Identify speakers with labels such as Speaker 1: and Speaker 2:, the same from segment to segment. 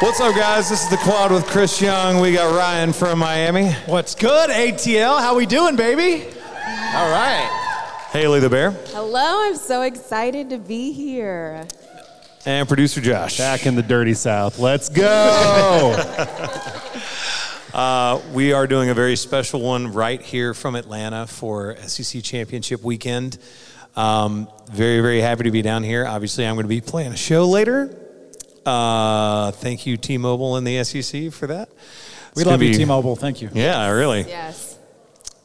Speaker 1: What's up, guys? This is the Quad with Chris Young. We got Ryan from Miami.
Speaker 2: What's good, ATL? How we doing, baby? All right.
Speaker 1: Haley the Bear.
Speaker 3: Hello, I'm so excited to be here.
Speaker 1: And producer Josh.
Speaker 4: Back in the dirty South. Let's go.
Speaker 1: Uh, We are doing a very special one right here from Atlanta for SEC Championship Weekend. Um, very, very happy to be down here. Obviously, I'm going to be playing a show later. Uh, thank you, T Mobile and the SEC, for that.
Speaker 2: We
Speaker 1: It's
Speaker 2: love
Speaker 1: gonna
Speaker 2: you,
Speaker 1: be-
Speaker 2: T-Mobile. Thank you.
Speaker 1: Yeah, really.
Speaker 3: Yes.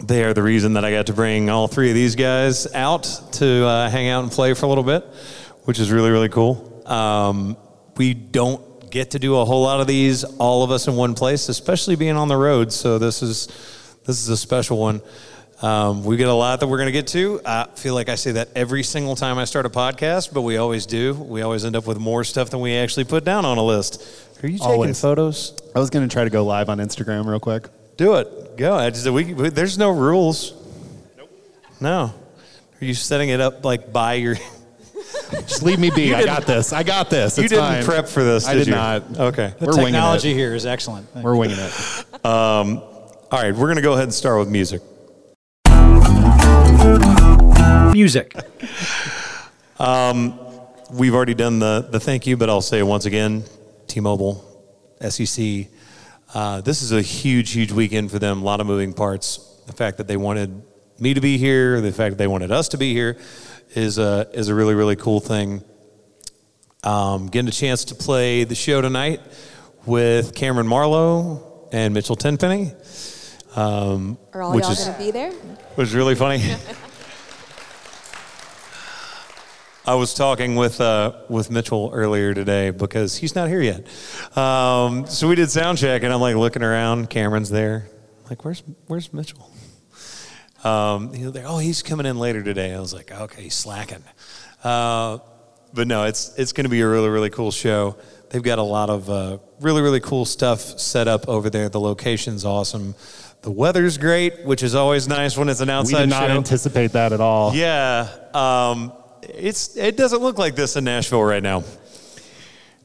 Speaker 1: They are the reason that I got to bring all three of these guys out to uh, hang out and play for a little bit, which is really, really cool. Um, we don't get to do a whole lot of these, all of us in one place, especially being on the road. So this is this is a special one. Um, we get a lot that we're going to get to. I feel like I say that every single time I start a podcast, but we always do. We always end up with more stuff than we actually put down on a list. Are you taking
Speaker 4: Always.
Speaker 1: photos?
Speaker 4: I was going to try to go live on Instagram real quick.
Speaker 1: Do it. Go. I just, we, we, there's no rules. No. Are you setting it up like by your?
Speaker 4: Just leave me be. I got this. I got this.
Speaker 1: you
Speaker 4: It's
Speaker 1: didn't
Speaker 4: fine.
Speaker 1: prep for this.
Speaker 4: I
Speaker 1: did,
Speaker 4: did
Speaker 1: you?
Speaker 4: not.
Speaker 1: Okay.
Speaker 2: The
Speaker 4: We're winging
Speaker 2: technology here is excellent. Thank
Speaker 4: We're winging it.
Speaker 1: All right. We're gonna go ahead and start with music.
Speaker 5: music.
Speaker 1: Um, We've already done the the thank you, but I'll say it once again, T-Mobile, SEC. Uh, this is a huge, huge weekend for them. A lot of moving parts. The fact that they wanted me to be here, the fact that they wanted us to be here, is a is a really, really cool thing. Um, getting a chance to play the show tonight with Cameron Marlowe and Mitchell Tenpenny, um,
Speaker 3: Are all
Speaker 1: which
Speaker 3: y'all
Speaker 1: is
Speaker 3: going to be there?
Speaker 1: was really funny. I was talking with uh, with Mitchell earlier today because he's not here yet. Um, so we did sound check, and I'm like looking around. Cameron's there. I'm like, where's where's Mitchell? Um, he was like, oh, he's coming in later today. I was like, okay, he's slacking. Uh, but no, it's it's going to be a really really cool show. They've got a lot of uh, really really cool stuff set up over there. The location's awesome. The weather's great, which is always nice when it's an
Speaker 4: We
Speaker 1: outside
Speaker 4: did not
Speaker 1: show.
Speaker 4: anticipate that at all.
Speaker 1: yeah, um, it's it doesn't look like this in Nashville right now.
Speaker 2: you.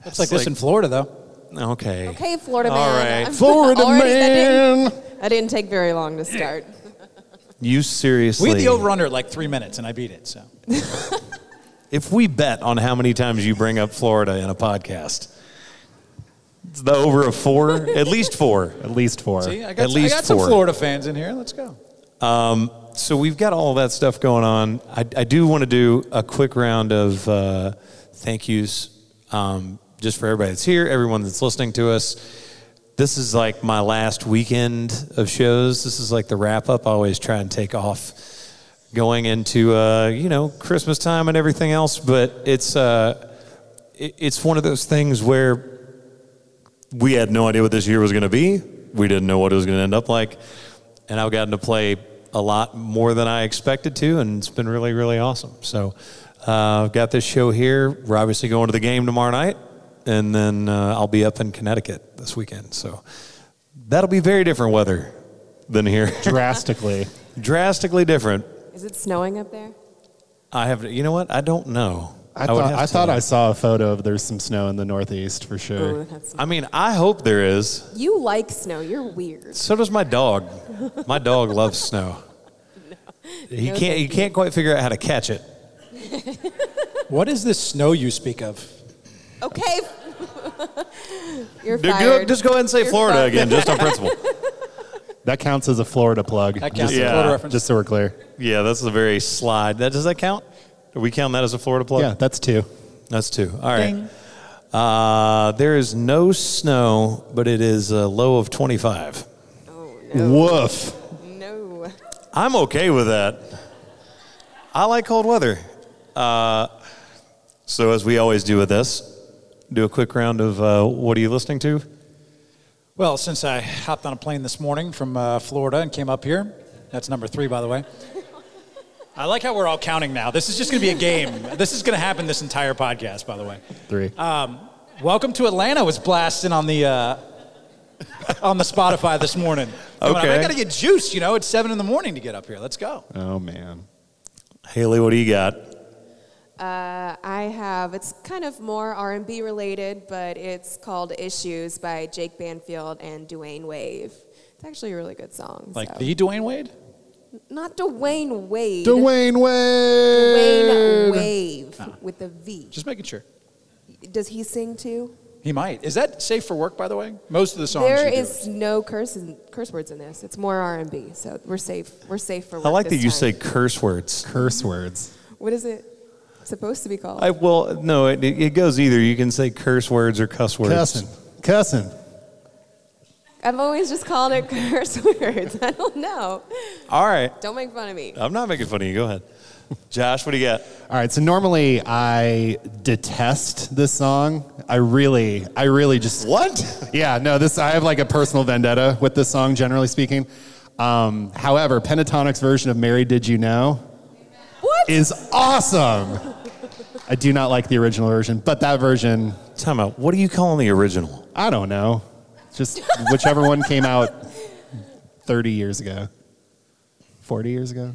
Speaker 2: It's like this in Florida, though.
Speaker 1: Okay.
Speaker 3: Okay, Florida
Speaker 1: All
Speaker 3: man.
Speaker 1: right.
Speaker 3: I'm
Speaker 4: Florida
Speaker 3: already- that didn't-
Speaker 4: man.
Speaker 3: That didn't take very long to start.
Speaker 1: You seriously?
Speaker 2: We had the over under at like three minutes, and I beat it. So
Speaker 1: If we bet on how many times you bring up Florida in a podcast, it's the over of four, at least four.
Speaker 4: At least four.
Speaker 2: see, I
Speaker 1: At
Speaker 2: got, I
Speaker 1: least
Speaker 2: got some
Speaker 1: four.
Speaker 2: Florida fans in here. Let's go.
Speaker 1: Um, So we've got all that stuff going on. I, I do want to do a quick round of uh, thank yous um, just for everybody that's here, everyone that's listening to us. This is like my last weekend of shows. This is like the wrap up. I always try and take off going into uh, you know Christmas time and everything else, but it's uh, it, it's one of those things where we had no idea what this year was going to be. We didn't know what it was going to end up like. And I've gotten to play a lot more than I expected to, and it's been really, really awesome. So uh, I've got this show here. We're obviously going to the game tomorrow night, and then uh, I'll be up in Connecticut this weekend. So that'll be very different weather than here,
Speaker 4: Drastically.
Speaker 1: drastically different.
Speaker 3: Is it snowing up there?
Speaker 1: I have, you know what? I don't know.
Speaker 4: I
Speaker 1: would
Speaker 4: thought
Speaker 1: have
Speaker 4: I,
Speaker 1: to-
Speaker 4: thought I saw a photo of there's some snow in the Northeast for
Speaker 1: Uh,
Speaker 3: Ooh,
Speaker 4: sure.
Speaker 3: that's-
Speaker 1: I mean, I hope there is.
Speaker 3: you like snow. You're weird.
Speaker 1: So does my dog. My dog loves snow. He can't. He
Speaker 3: No, thank you.
Speaker 1: can't quite figure out how to catch it.
Speaker 2: What is this snow you speak of?
Speaker 3: Okay. You're
Speaker 1: Dude, go-
Speaker 3: fired.
Speaker 1: just go ahead and say
Speaker 3: You're
Speaker 1: Florida
Speaker 3: fired.
Speaker 1: again, just on principle.
Speaker 4: That counts as a Florida plug.
Speaker 2: That counts
Speaker 4: Just,
Speaker 2: as
Speaker 1: Yeah.
Speaker 2: a Florida reference.
Speaker 4: just so we're clear.
Speaker 1: yeah, that's a very slide. That does that count? Do we count that as a Florida plug?
Speaker 4: Yeah, that's two.
Speaker 1: that's two. All right. Uh, there is no snow, but it is a low of twenty-five.
Speaker 3: Oh, no.
Speaker 4: Woof.
Speaker 3: No.
Speaker 1: I'm okay with that. I like cold weather. Uh, so as we always do with this, do a quick round of uh, what are you listening to?
Speaker 2: Well, since I hopped on a plane this morning from uh, Florida and came up here, that's number three, by the way. I like how we're all counting now. This is just going to be a game. This is going to happen this entire podcast, by the way. Um,
Speaker 4: Three.
Speaker 2: Welcome to Atlanta was blasting on the uh, on the Spotify this morning. Come on,
Speaker 1: Okay.
Speaker 2: I got to get juiced. You know, it's seven in the morning to get up here. Let's go.
Speaker 4: oh man.
Speaker 1: Haley, what do you got?
Speaker 3: Uh, I have. It's kind of more R and B related, but it's called "Issues" by Jake Banfield and Dwayne Wave. It's actually a really good song.
Speaker 2: Like
Speaker 3: so.
Speaker 2: the Dwayne Wade?
Speaker 3: not Dwayne Wade.
Speaker 4: Dwayne
Speaker 3: Dwayne
Speaker 4: Wade.
Speaker 3: Wave
Speaker 1: Ah.
Speaker 3: with a V.
Speaker 2: Just making sure.
Speaker 3: Does he sing too?
Speaker 2: He might. Is that safe for work, by the way? Most of the songs.
Speaker 3: There
Speaker 2: you do
Speaker 3: is no curse in, curse words in this. It's more R and B, so we're safe. We're safe for. Work
Speaker 1: I like that
Speaker 3: this
Speaker 1: you
Speaker 3: time.
Speaker 1: say curse words.
Speaker 4: Curse words.
Speaker 3: What is it supposed to be called?
Speaker 1: I well, no, it, it goes either. You can say curse words or cuss words.
Speaker 4: Cussing. Cussing.
Speaker 3: I've always just called it curse words. I don't know.
Speaker 1: All right,
Speaker 3: Don't make fun of me.
Speaker 1: I'm not making fun of you. Go ahead, Josh. What do you got?
Speaker 4: All right, so normally I detest this song. I really, I really just
Speaker 1: What?
Speaker 4: Yeah, no, this I have like a personal vendetta with this song, generally speaking. Um, however, Pentatonic's version of "Mary Did You Know"
Speaker 3: What?
Speaker 4: is awesome. I do not like the original version, but that version,
Speaker 1: Time out. What are you calling the original?
Speaker 4: I don't know. Just whichever one came out 30 years ago, 40 years ago.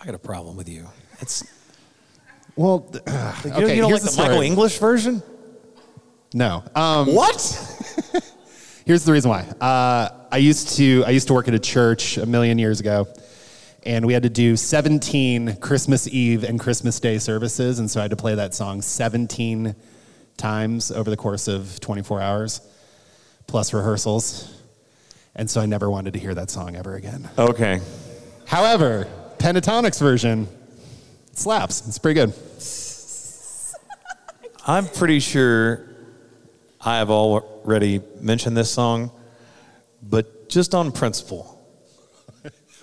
Speaker 1: I got a problem with you. It's
Speaker 4: Well, th-
Speaker 1: you,
Speaker 4: okay,
Speaker 1: you don't
Speaker 4: here's
Speaker 1: like the,
Speaker 4: the
Speaker 1: Michael
Speaker 4: story.
Speaker 1: English version?
Speaker 4: no. Um,
Speaker 1: What?
Speaker 4: Here's the reason why. Uh, I used to I used to work at a church a million years ago, and we had to do 17 Christmas Eve and Christmas Day services, and so I had to play that song 17 times over the course of 24 hours, plus rehearsals, and so I never wanted to hear that song ever again.
Speaker 1: Okay.
Speaker 4: However, Pentatonic's version it slaps. It's pretty good.
Speaker 1: I'm pretty sure I have already mentioned this song, but just on principle.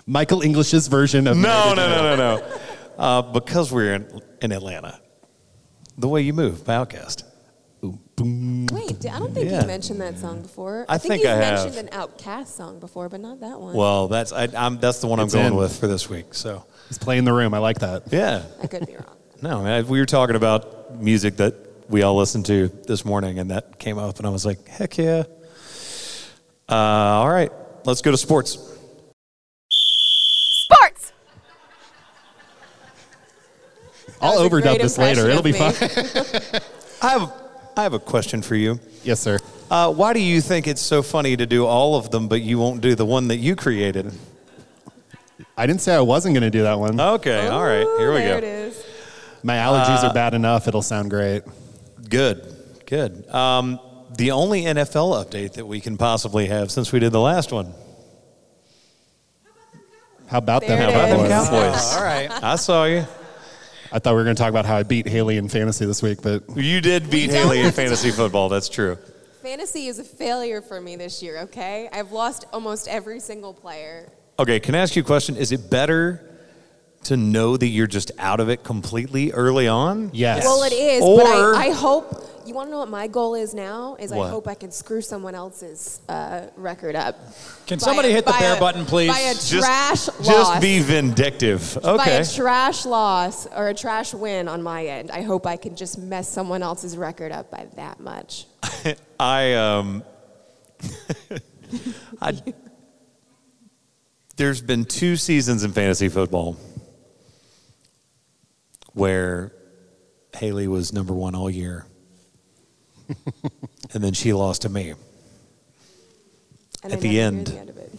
Speaker 4: Michael English's version of
Speaker 1: No, no, no, no, no. uh, because we're in, in Atlanta. The Way You Move by Outkast.
Speaker 3: Mm-hmm. Wait, d- I don't think
Speaker 1: Yeah.
Speaker 3: you mentioned that song before.
Speaker 1: I think
Speaker 3: you've
Speaker 1: I have.
Speaker 3: mentioned an Outcast song before, but not that one.
Speaker 1: Well, that's I, I'm, that's the one I'm
Speaker 4: It's
Speaker 1: going
Speaker 4: in.
Speaker 1: with for this week. So
Speaker 4: He's playing the room. I like that.
Speaker 1: yeah,
Speaker 3: I could be wrong.
Speaker 1: no, I, we were talking about music that we all listened to this morning, and that came up, and I was like, heck yeah. Uh, all right, let's go to sports.
Speaker 3: Sports.
Speaker 4: I'll
Speaker 3: was a
Speaker 4: overdub
Speaker 3: great
Speaker 4: this later. It'll
Speaker 3: impression
Speaker 4: be
Speaker 3: of
Speaker 4: fun.
Speaker 1: I have I have a question for you.
Speaker 4: yes, sir.
Speaker 1: Uh, why do you think it's so funny to do all of them, but you won't do the one that you created?
Speaker 4: I didn't say I wasn't going to do that one.
Speaker 1: Okay, all right, here
Speaker 3: Ooh,
Speaker 1: we
Speaker 3: Oh, there It
Speaker 1: go.
Speaker 3: is.
Speaker 4: My allergies
Speaker 1: uh,
Speaker 4: are bad enough. It'll sound great.
Speaker 1: Good, good. Um, the only NFL update that we can possibly have since we did the last one.
Speaker 4: How about
Speaker 3: There
Speaker 4: them?
Speaker 3: it
Speaker 1: How about them
Speaker 3: is.
Speaker 1: Cowboys?
Speaker 2: All right.
Speaker 1: I saw you.
Speaker 4: I thought we were going to talk about how I beat Haley in fantasy this week, but
Speaker 1: You did beat
Speaker 3: don't
Speaker 1: Haley in
Speaker 3: have to-
Speaker 1: fantasy football. That's true.
Speaker 3: Fantasy is a failure for me this year. Okay, I've lost almost every single player.
Speaker 1: Okay, can I ask you a question? Is it better to know that you're just out of it completely early on?
Speaker 4: yes.
Speaker 3: Well, it is, but
Speaker 1: Or-
Speaker 3: I, I hope. You want to know what my goal is now? Is
Speaker 1: What?
Speaker 3: I hope I can screw someone else's uh, record up.
Speaker 2: Can
Speaker 3: By
Speaker 2: somebody
Speaker 3: a-
Speaker 2: hit the
Speaker 3: by
Speaker 2: bear
Speaker 3: a-
Speaker 2: button, please?
Speaker 3: By a
Speaker 1: Just,
Speaker 3: trash
Speaker 1: just
Speaker 3: loss.
Speaker 1: be vindictive.
Speaker 3: By
Speaker 1: Okay.
Speaker 3: a trash loss or a trash win on my end, I hope I can just mess someone else's record up by that much.
Speaker 1: I um, I, there's been two seasons in fantasy football where Haley was number one all year, and then she lost to me. At
Speaker 3: And
Speaker 1: the
Speaker 3: I never hear
Speaker 1: end.
Speaker 3: the end of it.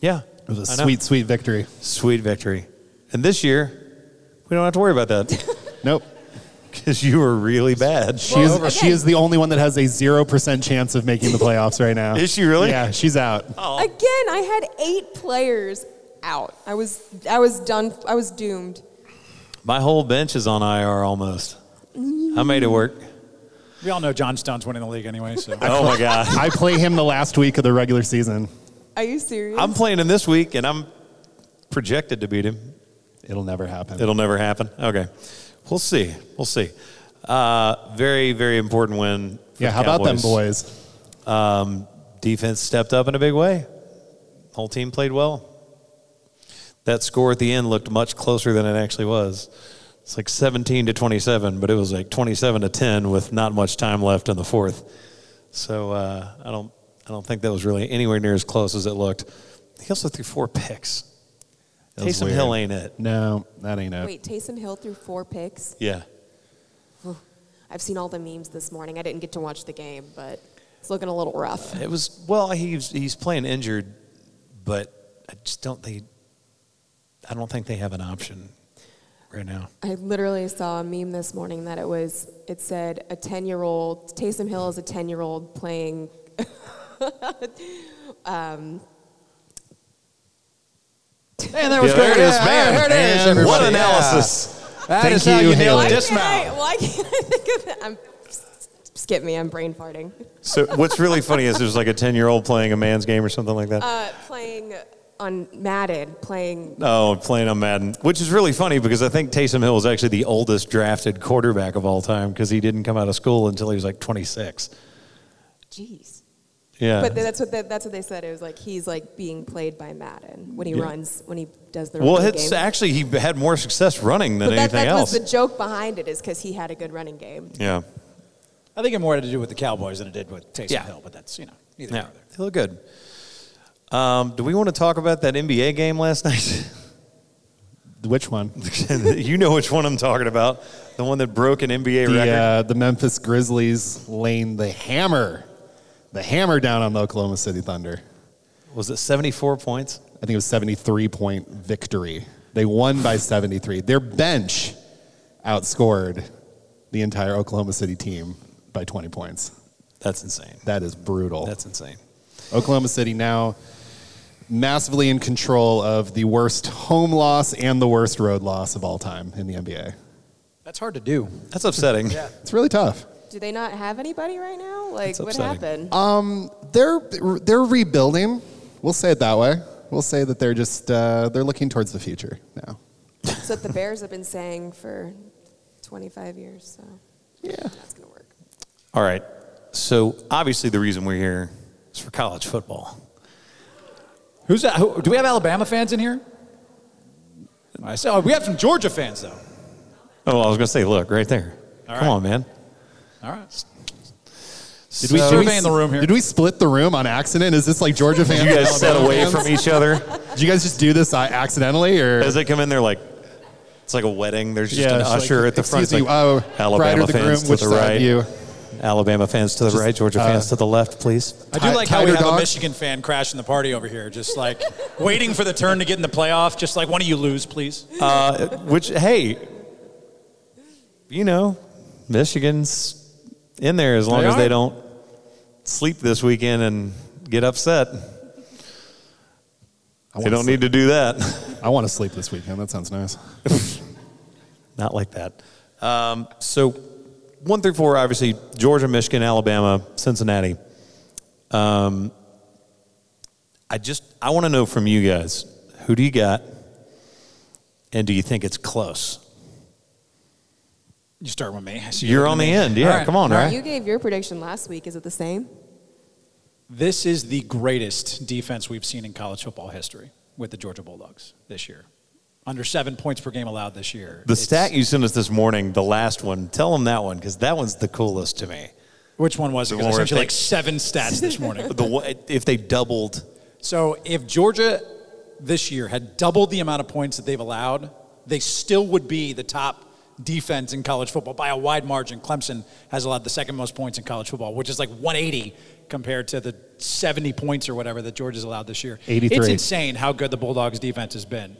Speaker 1: Yeah,
Speaker 4: It was a
Speaker 1: I know.
Speaker 4: sweet, sweet victory.
Speaker 1: sweet victory. And this year, we don't have to worry about that
Speaker 4: Nope.
Speaker 1: because you were really bad.
Speaker 4: She is,
Speaker 3: Well,
Speaker 4: she is the only one that has a 0% chance of making the playoffs right now.
Speaker 1: Is she really?
Speaker 4: Yeah, she's out.
Speaker 3: Again, I had eight players out. I was I was done. I was doomed.
Speaker 1: My whole bench is on IR almost. I made it work.
Speaker 2: We all know John Stone's winning the league anyway, so.
Speaker 1: Oh my god.
Speaker 4: I play him the last week of the regular season.
Speaker 3: Are you serious?
Speaker 1: I'm playing him this week, and I'm projected to beat him.
Speaker 4: It'll never happen.
Speaker 1: It'll never happen. Okay, we'll see. We'll see. Uh, very, very important win. For
Speaker 4: yeah,
Speaker 1: the
Speaker 4: how about them
Speaker 1: Cowboys.
Speaker 4: boys?
Speaker 1: Um, defense stepped up in a big way. Whole team played well. That score at the end looked much closer than it actually was. It's like 17 to 27, but it was like 27 to 10 with not much time left in the fourth. So uh, I don't, I don't think that was really anywhere near as close as it looked. He also threw four picks.
Speaker 4: That was
Speaker 1: Taysom
Speaker 4: weird.
Speaker 1: Hill ain't it.
Speaker 4: No, that ain't it.
Speaker 3: Wait, Taysom Hill threw four picks.
Speaker 1: Yeah.
Speaker 3: I've seen all the memes this morning. I didn't get to watch the game, but it's looking a little rough.
Speaker 1: It was well. He's he's playing injured, but I just don't think. I don't think they have an option right now.
Speaker 3: I literally saw a meme this morning that it was. It said a ten-year-old Taysom Hill is a ten-year-old playing. um,
Speaker 2: And there was
Speaker 1: there it is,
Speaker 2: Yeah,
Speaker 1: man.
Speaker 2: there Ah, it is,
Speaker 4: And
Speaker 2: everybody.
Speaker 1: What
Speaker 4: Everybody,
Speaker 1: analysis!
Speaker 2: That
Speaker 4: Thank
Speaker 2: is how
Speaker 4: you,
Speaker 2: you nail
Speaker 4: Haley.
Speaker 3: Why
Speaker 2: it.
Speaker 3: can't
Speaker 2: Dismount.
Speaker 3: I, why can't I think of it? I'm, skip me. I'm brain farting.
Speaker 1: So what's really funny is there's like a ten year old playing a man's game or something like that.
Speaker 3: Uh, playing on Madden, playing.
Speaker 1: Oh, playing on Madden, which is really funny because I think Taysom Hill is actually the oldest drafted quarterback of all time because he didn't come out of school until he was like 26.
Speaker 3: Jeez.
Speaker 1: Yeah.
Speaker 3: But that's what they, that's what they said. It was like he's like being played by Madden when he
Speaker 1: Yeah.
Speaker 3: runs when he does the
Speaker 1: well,
Speaker 3: running
Speaker 1: it's
Speaker 3: game.
Speaker 1: actually he had more success running than
Speaker 3: but that,
Speaker 1: anything
Speaker 3: that
Speaker 1: else.
Speaker 3: was the joke behind it is because he had a good running game.
Speaker 1: yeah.
Speaker 2: I think it more had to do with the Cowboys than it did with Taysom
Speaker 1: Yeah.
Speaker 2: Hill, but that's, you know, neither
Speaker 1: Yeah.
Speaker 2: here nor there.
Speaker 1: They look good. Um, do we want to talk about that NBA game last night?
Speaker 4: Which one?
Speaker 1: you know which one I'm talking about. The one that broke an NBA
Speaker 4: the,
Speaker 1: record.
Speaker 4: uh, the Memphis Grizzlies laying the hammer, the hammer down on the Oklahoma City Thunder.
Speaker 1: Was it 74 points?
Speaker 4: I think it was 73 point victory. They won by 73. Their bench outscored the entire Oklahoma City team by 20 points.
Speaker 1: That's insane.
Speaker 4: That is brutal.
Speaker 1: That's insane.
Speaker 4: Oklahoma City now massively in control of the worst home loss and the worst road loss of all time in the NBA.
Speaker 2: That's hard to do.
Speaker 1: That's upsetting.
Speaker 4: It's really tough.
Speaker 3: Do they not have anybody right now? Like
Speaker 1: That's
Speaker 3: what
Speaker 1: upsetting.
Speaker 3: happened?
Speaker 4: Um, They're they're rebuilding. We'll say it that way. We'll say that they're just uh, they're looking towards the future now.
Speaker 3: That's what the Bears have been saying for 25 years. So
Speaker 4: Yeah.
Speaker 3: that's gonna work.
Speaker 1: All right. So obviously the reason we're here is for college football.
Speaker 2: Who's that? Who, do we have Alabama fans in here? I said, we have some Georgia fans, though.
Speaker 1: Oh, I was going to say, look right there.
Speaker 2: All
Speaker 1: Come
Speaker 2: right.
Speaker 1: on, man.
Speaker 2: All right.
Speaker 1: Did
Speaker 2: we- did we- Surveying the room here.
Speaker 4: Did we split the room on accident? Is this like Georgia fans?
Speaker 1: you guys
Speaker 4: and
Speaker 1: set
Speaker 4: Alabama
Speaker 1: away
Speaker 4: fans?
Speaker 1: from each other
Speaker 4: Did you guys just do this uh, accidentally, or
Speaker 1: as they come in? They're like, it's like a wedding. There's just an
Speaker 4: it's like,
Speaker 1: usher at the front.
Speaker 4: excuse
Speaker 1: It's
Speaker 4: you, oh,
Speaker 1: like,
Speaker 4: bride
Speaker 1: Alabama
Speaker 4: or the groom,
Speaker 1: fans
Speaker 4: which
Speaker 1: to uh, the
Speaker 4: side
Speaker 1: right.
Speaker 4: you?
Speaker 1: Alabama fans to the right. Georgia fans to the left, please.
Speaker 2: I do
Speaker 4: Ti-
Speaker 2: like how we
Speaker 4: Tiger
Speaker 2: have a
Speaker 4: Dog?
Speaker 2: Michigan fan crashing the party over here, just like waiting for the turn to get in the playoff. Just like, one of you lose, please? Uh,
Speaker 1: Which, hey, you know, Michigan's in there as long
Speaker 2: They
Speaker 1: as
Speaker 2: are.
Speaker 1: they don't sleep this weekend and get upset.
Speaker 4: I
Speaker 1: They
Speaker 4: wanna
Speaker 1: don't need to do that.
Speaker 4: sleep- I want to sleep this weekend. That sounds nice.
Speaker 1: Not like that. Um, so, one through four, obviously Georgia, Michigan, Alabama, Cincinnati. Um, I just I want to know from you guys who do you got, and do you think it's close?
Speaker 2: You start with me. I see
Speaker 1: You're
Speaker 2: looking
Speaker 1: on
Speaker 2: at
Speaker 1: the
Speaker 2: me.
Speaker 1: end,
Speaker 2: All
Speaker 1: yeah.
Speaker 2: right.
Speaker 1: Come on,
Speaker 2: All
Speaker 1: right?
Speaker 3: You gave your prediction last week. Is it the same?
Speaker 2: This is the greatest defense we've seen in college football history with the Georgia Bulldogs this year. Under seven points per game allowed this year.
Speaker 1: The
Speaker 2: It's-
Speaker 1: stat you sent us this morning, the last one. Tell them that one because that one's the coolest to me.
Speaker 2: Which one was it? 'Cause
Speaker 1: Don't
Speaker 2: I
Speaker 1: worry,
Speaker 2: sent you like
Speaker 1: thanks.
Speaker 2: seven stats this morning.
Speaker 1: The one- if they doubled,
Speaker 2: So if Georgia this year had doubled the amount of points that they've allowed, they still would be the top defense in college football by a wide margin. Clemson has allowed the second most points in college football, which is like 180 compared to the 70 points or whatever that Georgia's allowed this year.
Speaker 4: 83.
Speaker 2: It's insane how good the Bulldogs defense has been.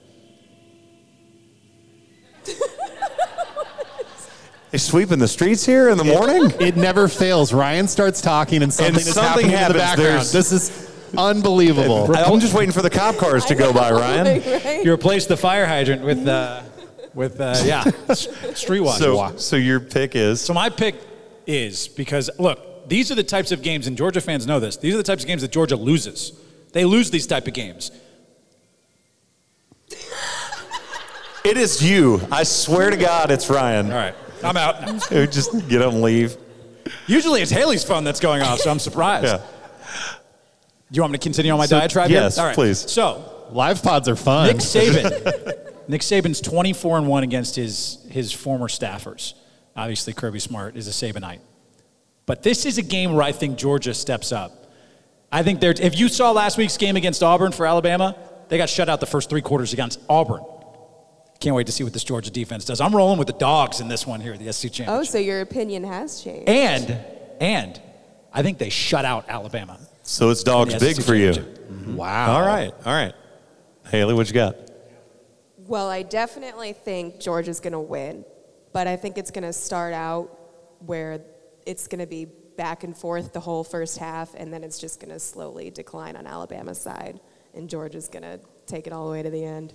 Speaker 1: they sweeping the streets here in the morning.
Speaker 4: It never fails. Ryan starts talking, and something is happening
Speaker 1: something
Speaker 4: in the
Speaker 1: happens.
Speaker 4: background.
Speaker 1: There's-
Speaker 4: This is unbelievable.
Speaker 1: I'm just waiting for the cop cars to go by, Ryan.
Speaker 3: Right?
Speaker 2: You replace the fire hydrant with, uh, with uh, yeah, streetwise.
Speaker 1: So, so your pick is
Speaker 2: So my pick is because look, these are the types of games, and Georgia fans know this. These are the types of games that Georgia loses. They lose these type of games.
Speaker 1: It is you. I swear to God, it's Ryan.
Speaker 2: All right, I'm out.
Speaker 1: Who Just get up and leave.
Speaker 2: Usually it's Haley's phone that's going off, so I'm surprised.
Speaker 1: Yeah.
Speaker 2: Do you want me to continue on my
Speaker 1: So-
Speaker 2: diatribe? here?
Speaker 1: yes,
Speaker 2: All right.
Speaker 1: please.
Speaker 2: So
Speaker 4: Live pods are fun.
Speaker 2: Nick Saban, Nick Saban's 24 and one against his his former staffers. Obviously, Kirby Smart is a Sabanite. But this is a game where I think Georgia steps up. I think they're, if you saw last week's game against Auburn for Alabama, they got shut out the first three quarters against Auburn. Can't wait to see what this Georgia defense does. I'm rolling with the dogs in this one here at the SC Championship.
Speaker 3: Oh, so your opinion has changed.
Speaker 2: And and I think they shut out Alabama.
Speaker 1: So it's dogs
Speaker 2: Yes,
Speaker 1: big
Speaker 2: it's a
Speaker 1: for you.
Speaker 2: championship.
Speaker 1: Wow. All right. All right. Haley, what you got?
Speaker 3: Well, I definitely think Georgia's going to win, but I think it's going to start out where it's going to be back and forth the whole first half, and then it's just going to slowly decline on Alabama's side, and Georgia's going to take it all the way to the end.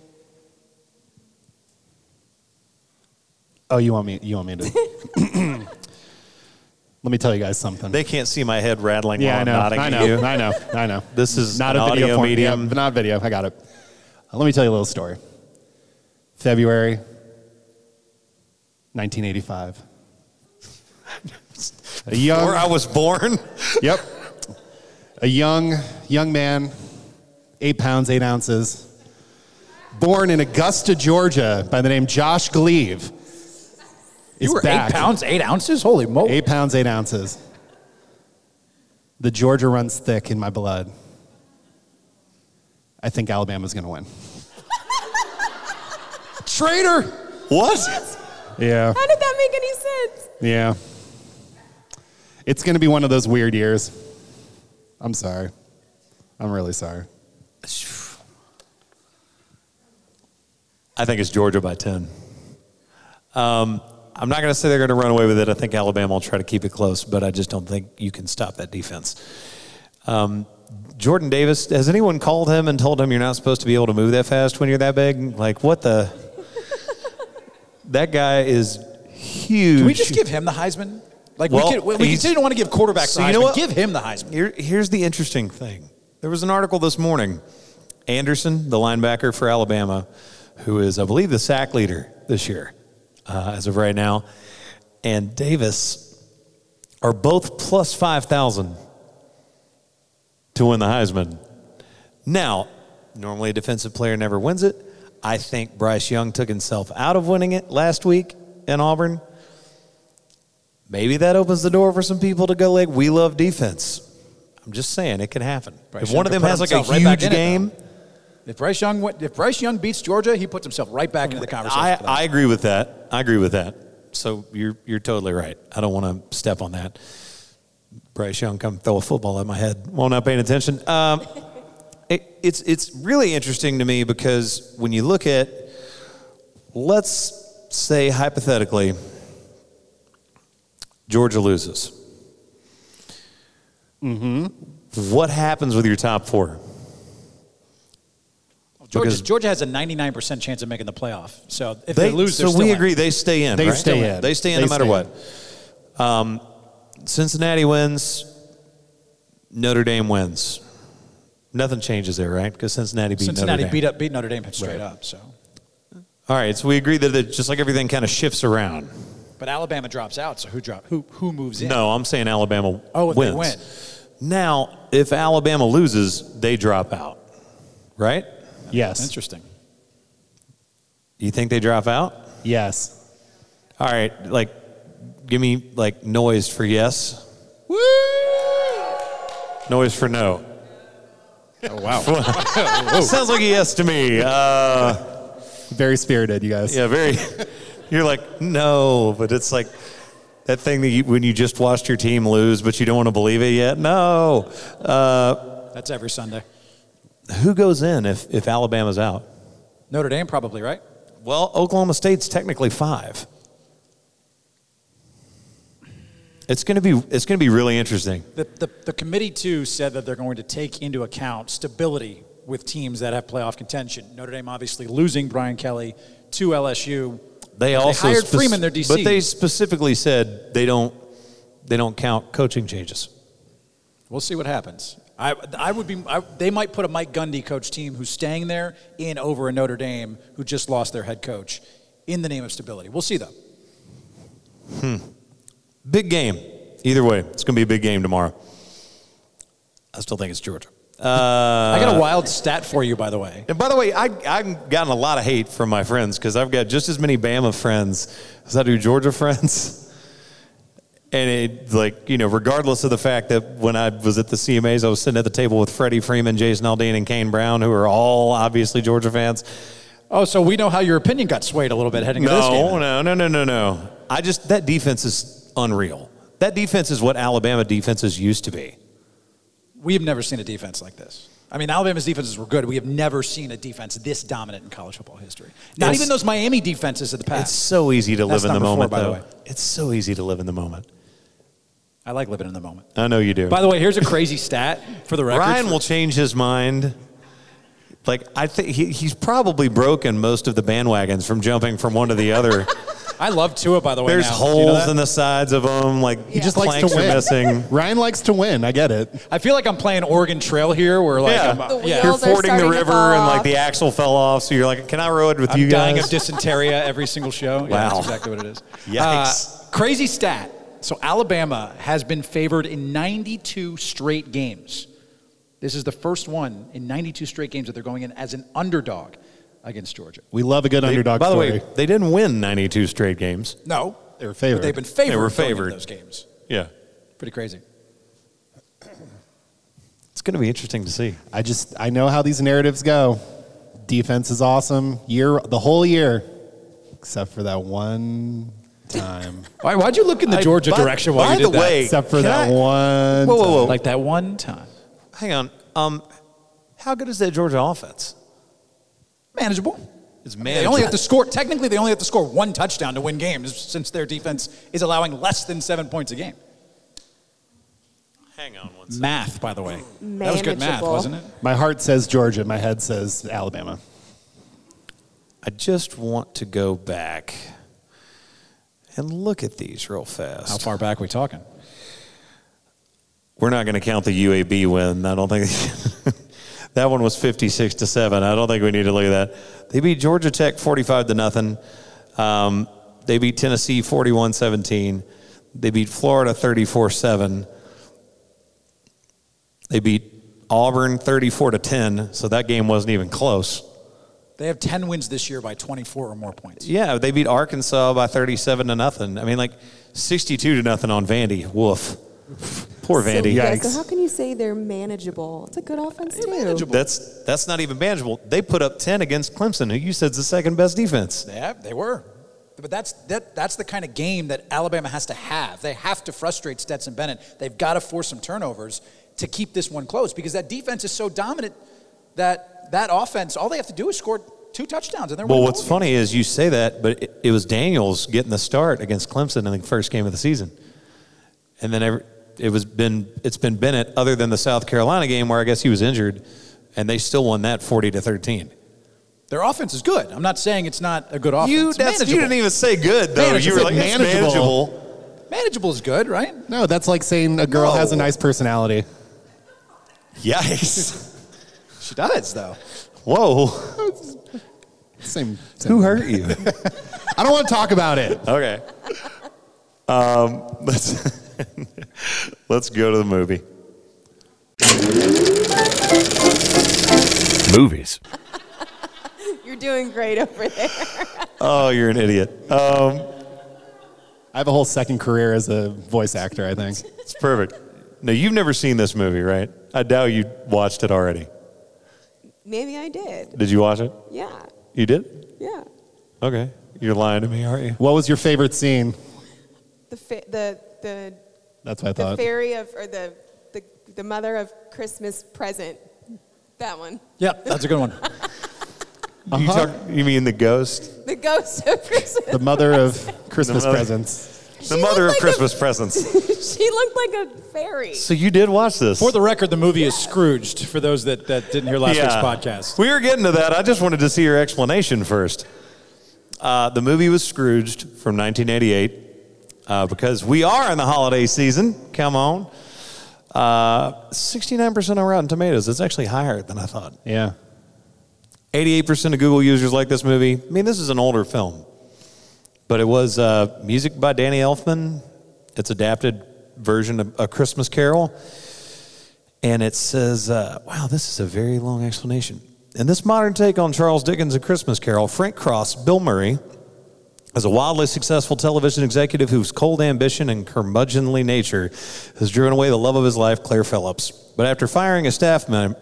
Speaker 4: Oh, you want me? You want me to? Let me tell you guys something.
Speaker 1: They can't see my head rattling
Speaker 4: yeah,
Speaker 1: while
Speaker 4: I
Speaker 1: I'm
Speaker 4: know.
Speaker 1: nodding
Speaker 4: I
Speaker 1: at
Speaker 4: know.
Speaker 1: you.
Speaker 4: I know. I know.
Speaker 1: This is
Speaker 4: not
Speaker 1: an
Speaker 4: a video
Speaker 1: audio
Speaker 4: form.
Speaker 1: medium.
Speaker 4: Yeah, but not video. I got it. Uh, let me tell you a little story. February, 1985. a young,
Speaker 1: Where I was born.
Speaker 4: yep. A young, young man, eight pounds, eight ounces, born in Augusta, Georgia, by the name Josh Gleave. is
Speaker 2: You were
Speaker 4: back.
Speaker 2: eight pounds, eight ounces? Holy moly.
Speaker 4: Eight pounds, eight ounces. The Georgia runs thick in my blood. I think Alabama's going to win. Traitor!
Speaker 1: what?
Speaker 4: Yeah,
Speaker 3: How did that make any sense?
Speaker 4: yeah. It's going to be one of those weird years. I'm sorry. I'm really sorry.
Speaker 1: I think it's Georgia by 10. Um, I'm not going to say they're going to run away with it. I think Alabama will try to keep it close, but I just don't think you can stop that defense. Um, Jordan Davis, has anyone called him and told him you're not supposed to be able to move that fast when you're that big? Like, what the? that guy is huge.
Speaker 2: Can we just give him the Heisman? Like
Speaker 1: Well,
Speaker 2: we, could, we, we
Speaker 1: he's-
Speaker 2: continue to want to give quarterbacks
Speaker 1: So
Speaker 2: the Heisman.
Speaker 1: you know what?
Speaker 2: Give him the Heisman.
Speaker 1: Here, here's the interesting thing. There was an article this morning. Anderson, the linebacker for Alabama, who is, I believe, the sack leader this year, uh, as of right now, and Davis are both plus 5,000 to win the Heisman. Now, normally a defensive player never wins it. I think Bryce Young took himself out of winning it last week in Auburn. Maybe that opens the door for some people to go like, "We love defense." I'm just saying it can happen.
Speaker 2: Bryce
Speaker 1: if one of
Speaker 2: Young
Speaker 1: them
Speaker 2: could
Speaker 1: has
Speaker 2: put
Speaker 1: like a
Speaker 2: himself right back
Speaker 1: huge
Speaker 2: in it,
Speaker 1: game,
Speaker 2: If Bryce Young went, if Bryce Young beats Georgia, he puts himself right back into the conversation.
Speaker 1: I,
Speaker 2: for that.
Speaker 1: I agree with that. I agree with that. So you're you're totally right. I don't want to step on that. Bryce Young, come throw a football at my head while not paying attention. Um, it, it's it's really interesting to me because when you look at, let's say hypothetically, Georgia loses. Mm-hmm. What happens with your top four?
Speaker 2: Georgia,
Speaker 1: because-
Speaker 2: Georgia has a 99% chance of making the playoff. So if they,
Speaker 1: They,
Speaker 2: lose, they're
Speaker 1: so
Speaker 2: still
Speaker 1: we
Speaker 2: in.
Speaker 1: agree they stay in.
Speaker 4: They
Speaker 1: right?
Speaker 4: stay in.
Speaker 1: They stay in
Speaker 4: They
Speaker 1: no matter
Speaker 4: stay
Speaker 1: what. Um, Cincinnati wins. Notre Dame wins. Nothing changes there, right? Because Cincinnati beat Notre
Speaker 2: Cincinnati
Speaker 1: Dame.
Speaker 2: beat up beat Notre Dame straight
Speaker 1: Right.
Speaker 2: up. So,
Speaker 1: All right, so we agree that it, just like everything kind of shifts around.
Speaker 2: but Alabama drops out. So who drop? Who who moves in?
Speaker 1: No, I'm saying Alabama
Speaker 2: Oh, if they
Speaker 1: wins.
Speaker 2: win.
Speaker 1: Now, if Alabama loses, they drop out, right?
Speaker 4: Yes.
Speaker 2: Interesting.
Speaker 1: You think they drop out?
Speaker 4: Yes.
Speaker 1: All right, like, give me like noise for yes, noise for no.
Speaker 4: Oh, wow.
Speaker 1: Sounds like a yes to me. Uh,
Speaker 4: Very spirited, you guys.
Speaker 1: Yeah, very. You're like, no, but it's like that thing that you, when you just watched your team lose, but you don't want to believe it yet. No. Uh,
Speaker 2: That's every Sunday.
Speaker 1: who goes in if, if Alabama's out?
Speaker 2: Notre Dame probably right.
Speaker 1: Well, Oklahoma State's technically five. It's gonna be it's gonna be really interesting.
Speaker 2: The, the the committee too said that they're going to take into account stability with teams that have playoff contention. Notre Dame obviously losing Brian Kelly to LSU.
Speaker 1: They also
Speaker 2: hired
Speaker 1: spec-
Speaker 2: Freeman their DC.
Speaker 1: but they specifically said they don't they don't count coaching changes.
Speaker 2: We'll see what happens. I, I would be. I, they might put a Mike Gundy coach team who's staying there in over a Notre Dame who just lost their head coach, in the name of stability. We'll see though.
Speaker 1: Big game. Either way, it's gonna be a big game tomorrow. I still think it's Georgia.
Speaker 2: I got a wild stat for you, by the way.
Speaker 1: Uh, And by the way, I, I've gotten a lot of hate from my friends because I've got just as many Bama friends as I do Georgia friends. And it, like, you know, regardless of the fact that when I was at the CMAs, I was sitting at the table with Freddie Freeman, Jason Aldean, and Kane Brown, who are all obviously Georgia fans.
Speaker 2: Oh, so we know how your opinion got swayed a little bit heading into this game.
Speaker 1: No, no, no, no, no, no. I just that defense is unreal. That defense is what Alabama defenses used to be.
Speaker 2: We have never seen a defense like this. I mean, Alabama's defenses were good. We have never seen a defense this dominant in college football history. Not
Speaker 1: It's-
Speaker 2: even those Miami defenses of the past.
Speaker 1: It's so easy to
Speaker 2: That's
Speaker 1: live in the
Speaker 2: number four,
Speaker 1: moment,
Speaker 2: by the
Speaker 1: though.
Speaker 2: way.
Speaker 1: It's so easy to live in the moment.
Speaker 2: I like living in the moment.
Speaker 1: I know you do.
Speaker 2: By the way, here's a crazy stat for the record.
Speaker 1: Ryan will change his mind. Like I think he, he's probably broken most of the bandwagons from jumping from one to the other.
Speaker 2: I love Tua, by the way.
Speaker 1: There's
Speaker 2: now. Do you know
Speaker 1: holes
Speaker 2: that?
Speaker 1: in the sides of them. Like
Speaker 4: He just likes to
Speaker 1: planks
Speaker 4: win.
Speaker 1: are missing.
Speaker 4: Ryan likes to win. I get it.
Speaker 2: I feel like I'm playing Oregon Trail here, where like
Speaker 1: Yeah.
Speaker 2: I'm,
Speaker 1: The
Speaker 2: yeah.
Speaker 3: wheels
Speaker 1: You're
Speaker 3: are
Speaker 1: fording the
Speaker 3: starting to
Speaker 1: river,
Speaker 3: fall
Speaker 1: and like
Speaker 3: off.
Speaker 1: the axle fell off. So you're like, "Can I row it with
Speaker 2: I'm
Speaker 1: you
Speaker 2: dying
Speaker 1: guys?"
Speaker 2: of dysentery every single show. Yeah,
Speaker 1: Wow.
Speaker 2: that's exactly what it is.
Speaker 1: Yikes.
Speaker 2: Uh, crazy stat. So Alabama has been favored in 92 straight games. This is the first one in 92 straight games that they're going in as an underdog against Georgia.
Speaker 4: We love a good
Speaker 1: They-
Speaker 4: underdog
Speaker 1: by the
Speaker 4: story.
Speaker 1: way, they didn't win 92 straight games.
Speaker 2: No,
Speaker 4: They were favored.
Speaker 2: But they've been favored.
Speaker 1: They were
Speaker 2: going into
Speaker 1: favored.
Speaker 2: those games.
Speaker 1: Yeah.
Speaker 2: Pretty crazy.
Speaker 1: It's going to be interesting to see.
Speaker 4: I just I know how these narratives go. Defense is awesome. Year the whole year, except for that one time.
Speaker 2: Why, why'd you look in the Georgia
Speaker 1: by-
Speaker 2: direction while
Speaker 1: by
Speaker 2: you did
Speaker 1: the
Speaker 2: that?
Speaker 1: way- Hey,
Speaker 4: except for
Speaker 1: can
Speaker 4: that
Speaker 1: I-
Speaker 4: one.
Speaker 1: Whoa, whoa, whoa.
Speaker 2: uh, Like that one time.
Speaker 1: Hang on. Um, how good is that Georgia offense?
Speaker 2: Manageable.
Speaker 1: It's
Speaker 2: They only have to score. Technically, they only have to score one touchdown to win games, since their defense is allowing less than seven points a game.
Speaker 1: Hang on one
Speaker 2: Math, by the way, that was good math,
Speaker 3: Manageable.
Speaker 2: wasn't it?
Speaker 4: My heart says Georgia. My head says Alabama.
Speaker 1: I just want to go back and look at these real fast.
Speaker 2: How far back we talking?
Speaker 1: We're not going to count the UAB win. I don't think that one was 56 to 7. I don't think we need to look at that. They beat Georgia Tech 45 to nothing. Um, they beat Tennessee 41 17. They beat Florida 34 7. They beat Auburn 34 to 10. So that game wasn't even close.
Speaker 2: They have ten wins this year by twenty-four or more points.
Speaker 1: Yeah, they beat Arkansas by 37 to nothing. I mean, like 62 to nothing on Vandy. Woof. Poor
Speaker 3: So,
Speaker 1: Vandy.
Speaker 3: yeah, so
Speaker 4: Yikes.
Speaker 3: how can you say they're manageable? It's a good offense too.
Speaker 1: That's that's not even manageable. They put up ten against Clemson, who you said's the second best defense.
Speaker 2: Yeah, they were. But that's that, that's the kind of game that Alabama has to have. They have to frustrate Stetson Bennett. They've got to force some turnovers to keep this one close because that defense is so dominant that that offense, all they have to do is score two touchdowns and they're
Speaker 1: Well,
Speaker 2: winning
Speaker 1: what's
Speaker 2: ballgames.
Speaker 1: funny is you say that, but it, it was Daniels getting the start against Clemson in the first game of the season, and then every, it was been it's been Bennett other than the South Carolina game where I guess he was injured, and they still won that forty to thirteen.
Speaker 2: Their offense is good. I'm not saying it's not a good offense.
Speaker 1: You that's, you
Speaker 2: Manageable.
Speaker 1: didn't even say good though. You
Speaker 2: Manageable.
Speaker 1: were like
Speaker 4: It's
Speaker 1: it's
Speaker 4: manageable.
Speaker 1: manageable.
Speaker 2: Manageable is good, right?
Speaker 4: No, that's like saying a girl
Speaker 2: No.
Speaker 4: has a nice personality.
Speaker 1: Yikes!
Speaker 2: She does, though.
Speaker 1: Whoa!
Speaker 4: Same. same.
Speaker 1: Who hurt you?
Speaker 4: I don't want to talk about it.
Speaker 1: Okay. Um, let's let's go to the movie.
Speaker 5: Movies.
Speaker 3: You're doing great over there.
Speaker 1: Oh, you're an idiot. Um,
Speaker 4: I have a whole second career as a voice actor. I think.
Speaker 1: it's perfect. Now you've never seen this movie, right? I doubt you watched it already.
Speaker 3: Maybe I did.
Speaker 1: Did you watch it?
Speaker 3: Yeah.
Speaker 1: You did?
Speaker 3: Yeah.
Speaker 1: Okay. You're lying to me, aren't you?
Speaker 4: What was your favorite scene?
Speaker 3: The fa- the the
Speaker 4: That's what I
Speaker 3: the
Speaker 4: thought.
Speaker 3: fairy of or the the the mother of Christmas present. That one.
Speaker 2: Yep, that's a good one.
Speaker 1: You,
Speaker 4: Uh-huh.
Speaker 1: talk, you mean the ghost?
Speaker 3: The ghost of Christmas.
Speaker 4: The mother of Christmas
Speaker 1: mother.
Speaker 4: presents.
Speaker 1: the mother of
Speaker 3: looked like a-
Speaker 1: Christmas presents.
Speaker 3: she looked like a fairy.
Speaker 1: So you did watch this.
Speaker 2: For the record, the movie is Scrooged, for those that, that didn't hear last
Speaker 1: Yeah.
Speaker 2: week's podcast.
Speaker 1: We were getting to that. I just wanted to see your explanation first. Uh, the movie was Scrooged from 1988 uh, because we are in the holiday season. Come on. Uh, 69% on Rotten Tomatoes. It's actually higher than I thought.
Speaker 4: Yeah.
Speaker 1: 88% of Google users like this movie. I mean, this is an older film, but it was uh, music by Danny Elfman. It's adapted version of A Christmas Carol. And it says, uh, wow, this is a very long explanation. In this modern take on Charles Dickens' A Christmas Carol, Frank Cross, Bill Murray, as a wildly successful television executive whose cold ambition and curmudgeonly nature has driven away the love of his life, Claire Phillips. But after firing a staff mem-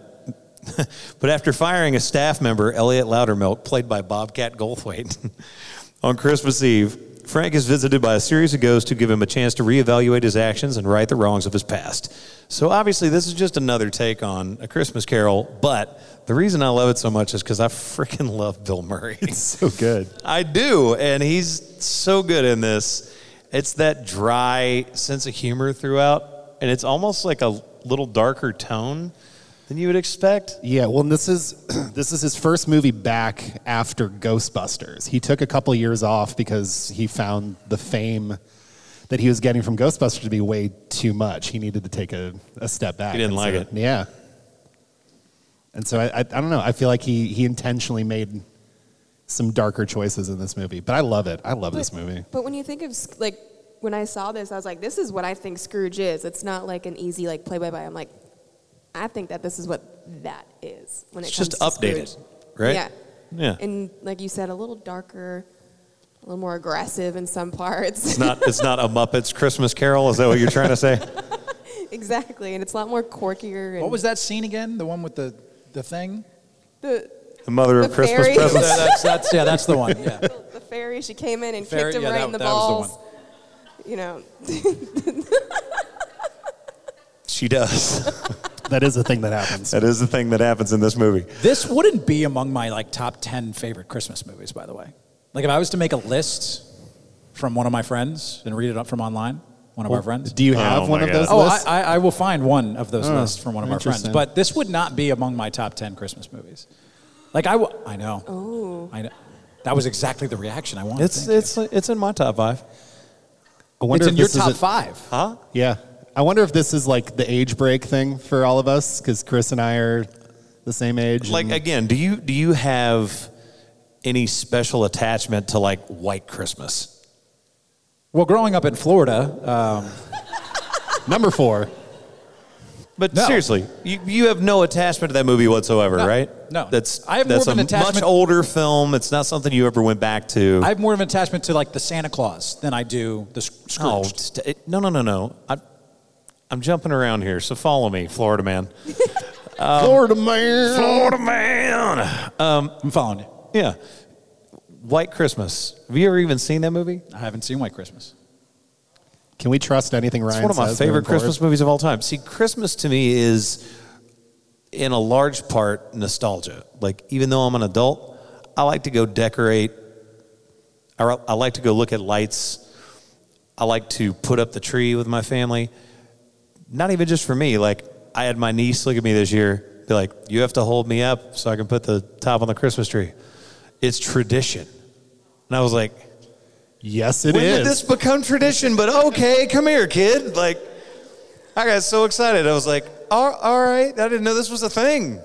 Speaker 1: but after firing a staff member, Elliot Loudermilk, played by Bobcat Goldthwait, on Christmas Eve, Frank is visited by a series of ghosts who give him a chance to reevaluate his actions and right the wrongs of his past. So obviously, this is just another take on A Christmas Carol, but the reason I love it so much is because I freaking love Bill Murray.
Speaker 4: So good.
Speaker 1: I do, and he's so good in this. It's that dry sense of humor throughout, and it's almost like a little darker tone than you would expect.
Speaker 4: Yeah, well, and this is this is his first movie back after Ghostbusters. He took a couple years off because he found the fame that he was getting from Ghostbusters to be way too much. He needed to take a, a step back.
Speaker 1: He didn't
Speaker 4: And
Speaker 1: like
Speaker 4: so-
Speaker 1: it.
Speaker 4: Yeah. And so I, I, I don't know. I feel like he he intentionally made some darker choices in this movie, but I love it. I love this movie.
Speaker 3: But when you think of sc- like when I saw this, I was like, this is what I think Scrooge is. It's not like an easy like play by play. I'm like, I think that this is what that is when it
Speaker 1: It's
Speaker 3: comes
Speaker 1: just
Speaker 3: to Scrooge.
Speaker 1: updated, right?
Speaker 3: Yeah.
Speaker 1: Yeah.
Speaker 3: And like you said, a little darker, a little more aggressive in some
Speaker 1: It's
Speaker 3: parts.
Speaker 1: not it's not a Muppets Christmas Carol. Is that what you're trying to say?
Speaker 3: exactly, and it's a lot more quirkier. And
Speaker 2: What was that scene again? The one with the, the thing?
Speaker 3: the
Speaker 1: The mother of
Speaker 3: The
Speaker 1: Christmas
Speaker 3: fairy.
Speaker 2: That-
Speaker 1: presents.
Speaker 2: that's, that's, yeah, that's the one. Yeah.
Speaker 3: the fairy? She came in and
Speaker 2: Fairy-
Speaker 3: kicked him
Speaker 2: yeah,
Speaker 3: right
Speaker 2: that-
Speaker 3: in the
Speaker 2: that was
Speaker 3: balls.
Speaker 2: the
Speaker 3: You know,
Speaker 1: She does.
Speaker 4: That is the thing that happens.
Speaker 1: that is the thing that happens in this movie.
Speaker 2: This wouldn't be among my like top 10 favorite Christmas movies, by the way. Like if I was to make a list from one of my friends and read it up from online, one of our friends.
Speaker 4: Do you have
Speaker 1: Oh,
Speaker 4: one
Speaker 1: my
Speaker 4: of
Speaker 1: God.
Speaker 4: those
Speaker 2: Oh, I,
Speaker 4: lists?
Speaker 2: I, I will find one of those lists from one of our friends,
Speaker 4: interesting.
Speaker 2: but this would not be among my top ten Christmas movies. Like I, w- I know. Oh. I know. That was exactly the reaction I wanted.
Speaker 1: It's
Speaker 2: Thank you.
Speaker 1: it's it's in my top five.
Speaker 4: I wonder
Speaker 2: It's
Speaker 4: if
Speaker 2: in your
Speaker 4: this is
Speaker 2: top
Speaker 4: a-
Speaker 2: five.
Speaker 1: Huh?
Speaker 4: Yeah. I wonder if this is like the age break thing for all of us because Chris and I are the same age.
Speaker 1: Like
Speaker 4: and-
Speaker 1: again, do you do you have any special attachment to like White Christmas?
Speaker 2: Well, growing up in Florida, uh,
Speaker 4: number four.
Speaker 1: But
Speaker 2: No.
Speaker 1: seriously, you, you have no attachment to that movie whatsoever,
Speaker 2: No.
Speaker 1: right?
Speaker 2: No.
Speaker 1: that's
Speaker 2: I have more
Speaker 1: that's
Speaker 2: of an
Speaker 1: a
Speaker 2: attachment-
Speaker 1: much older film. It's not something you ever went back to.
Speaker 2: I have more of an attachment to like the Santa Claus than I do the Sc-
Speaker 1: No,
Speaker 2: Scrooge.
Speaker 1: st- Oh, it- no, no, no, no. I, I'm jumping around here, so follow me, Florida man.
Speaker 4: Florida man.
Speaker 1: um, Florida man.
Speaker 2: I'm following you.
Speaker 1: Yeah. White Christmas. Have you ever even seen that movie?
Speaker 2: I haven't seen White Christmas.
Speaker 4: Can we trust anything Ryan
Speaker 1: It's one of my
Speaker 4: says moving
Speaker 1: favorite Christmas
Speaker 4: forward?
Speaker 1: movies of all time. See, Christmas to me is, in a large part, nostalgia. Like, even though I'm an adult, I like to go decorate. I, ri- I like to go look at lights. I like to put up the tree with my family. Not even just for me. Like, I had my niece look at me this year, be like, you have to hold me up so I can put the top on the Christmas tree. It's tradition. And I was like,
Speaker 4: Yes, it is.
Speaker 1: when did this become tradition? But okay, come here, kid. Like, I got so excited. I was like, all, all right, I didn't know this was a thing.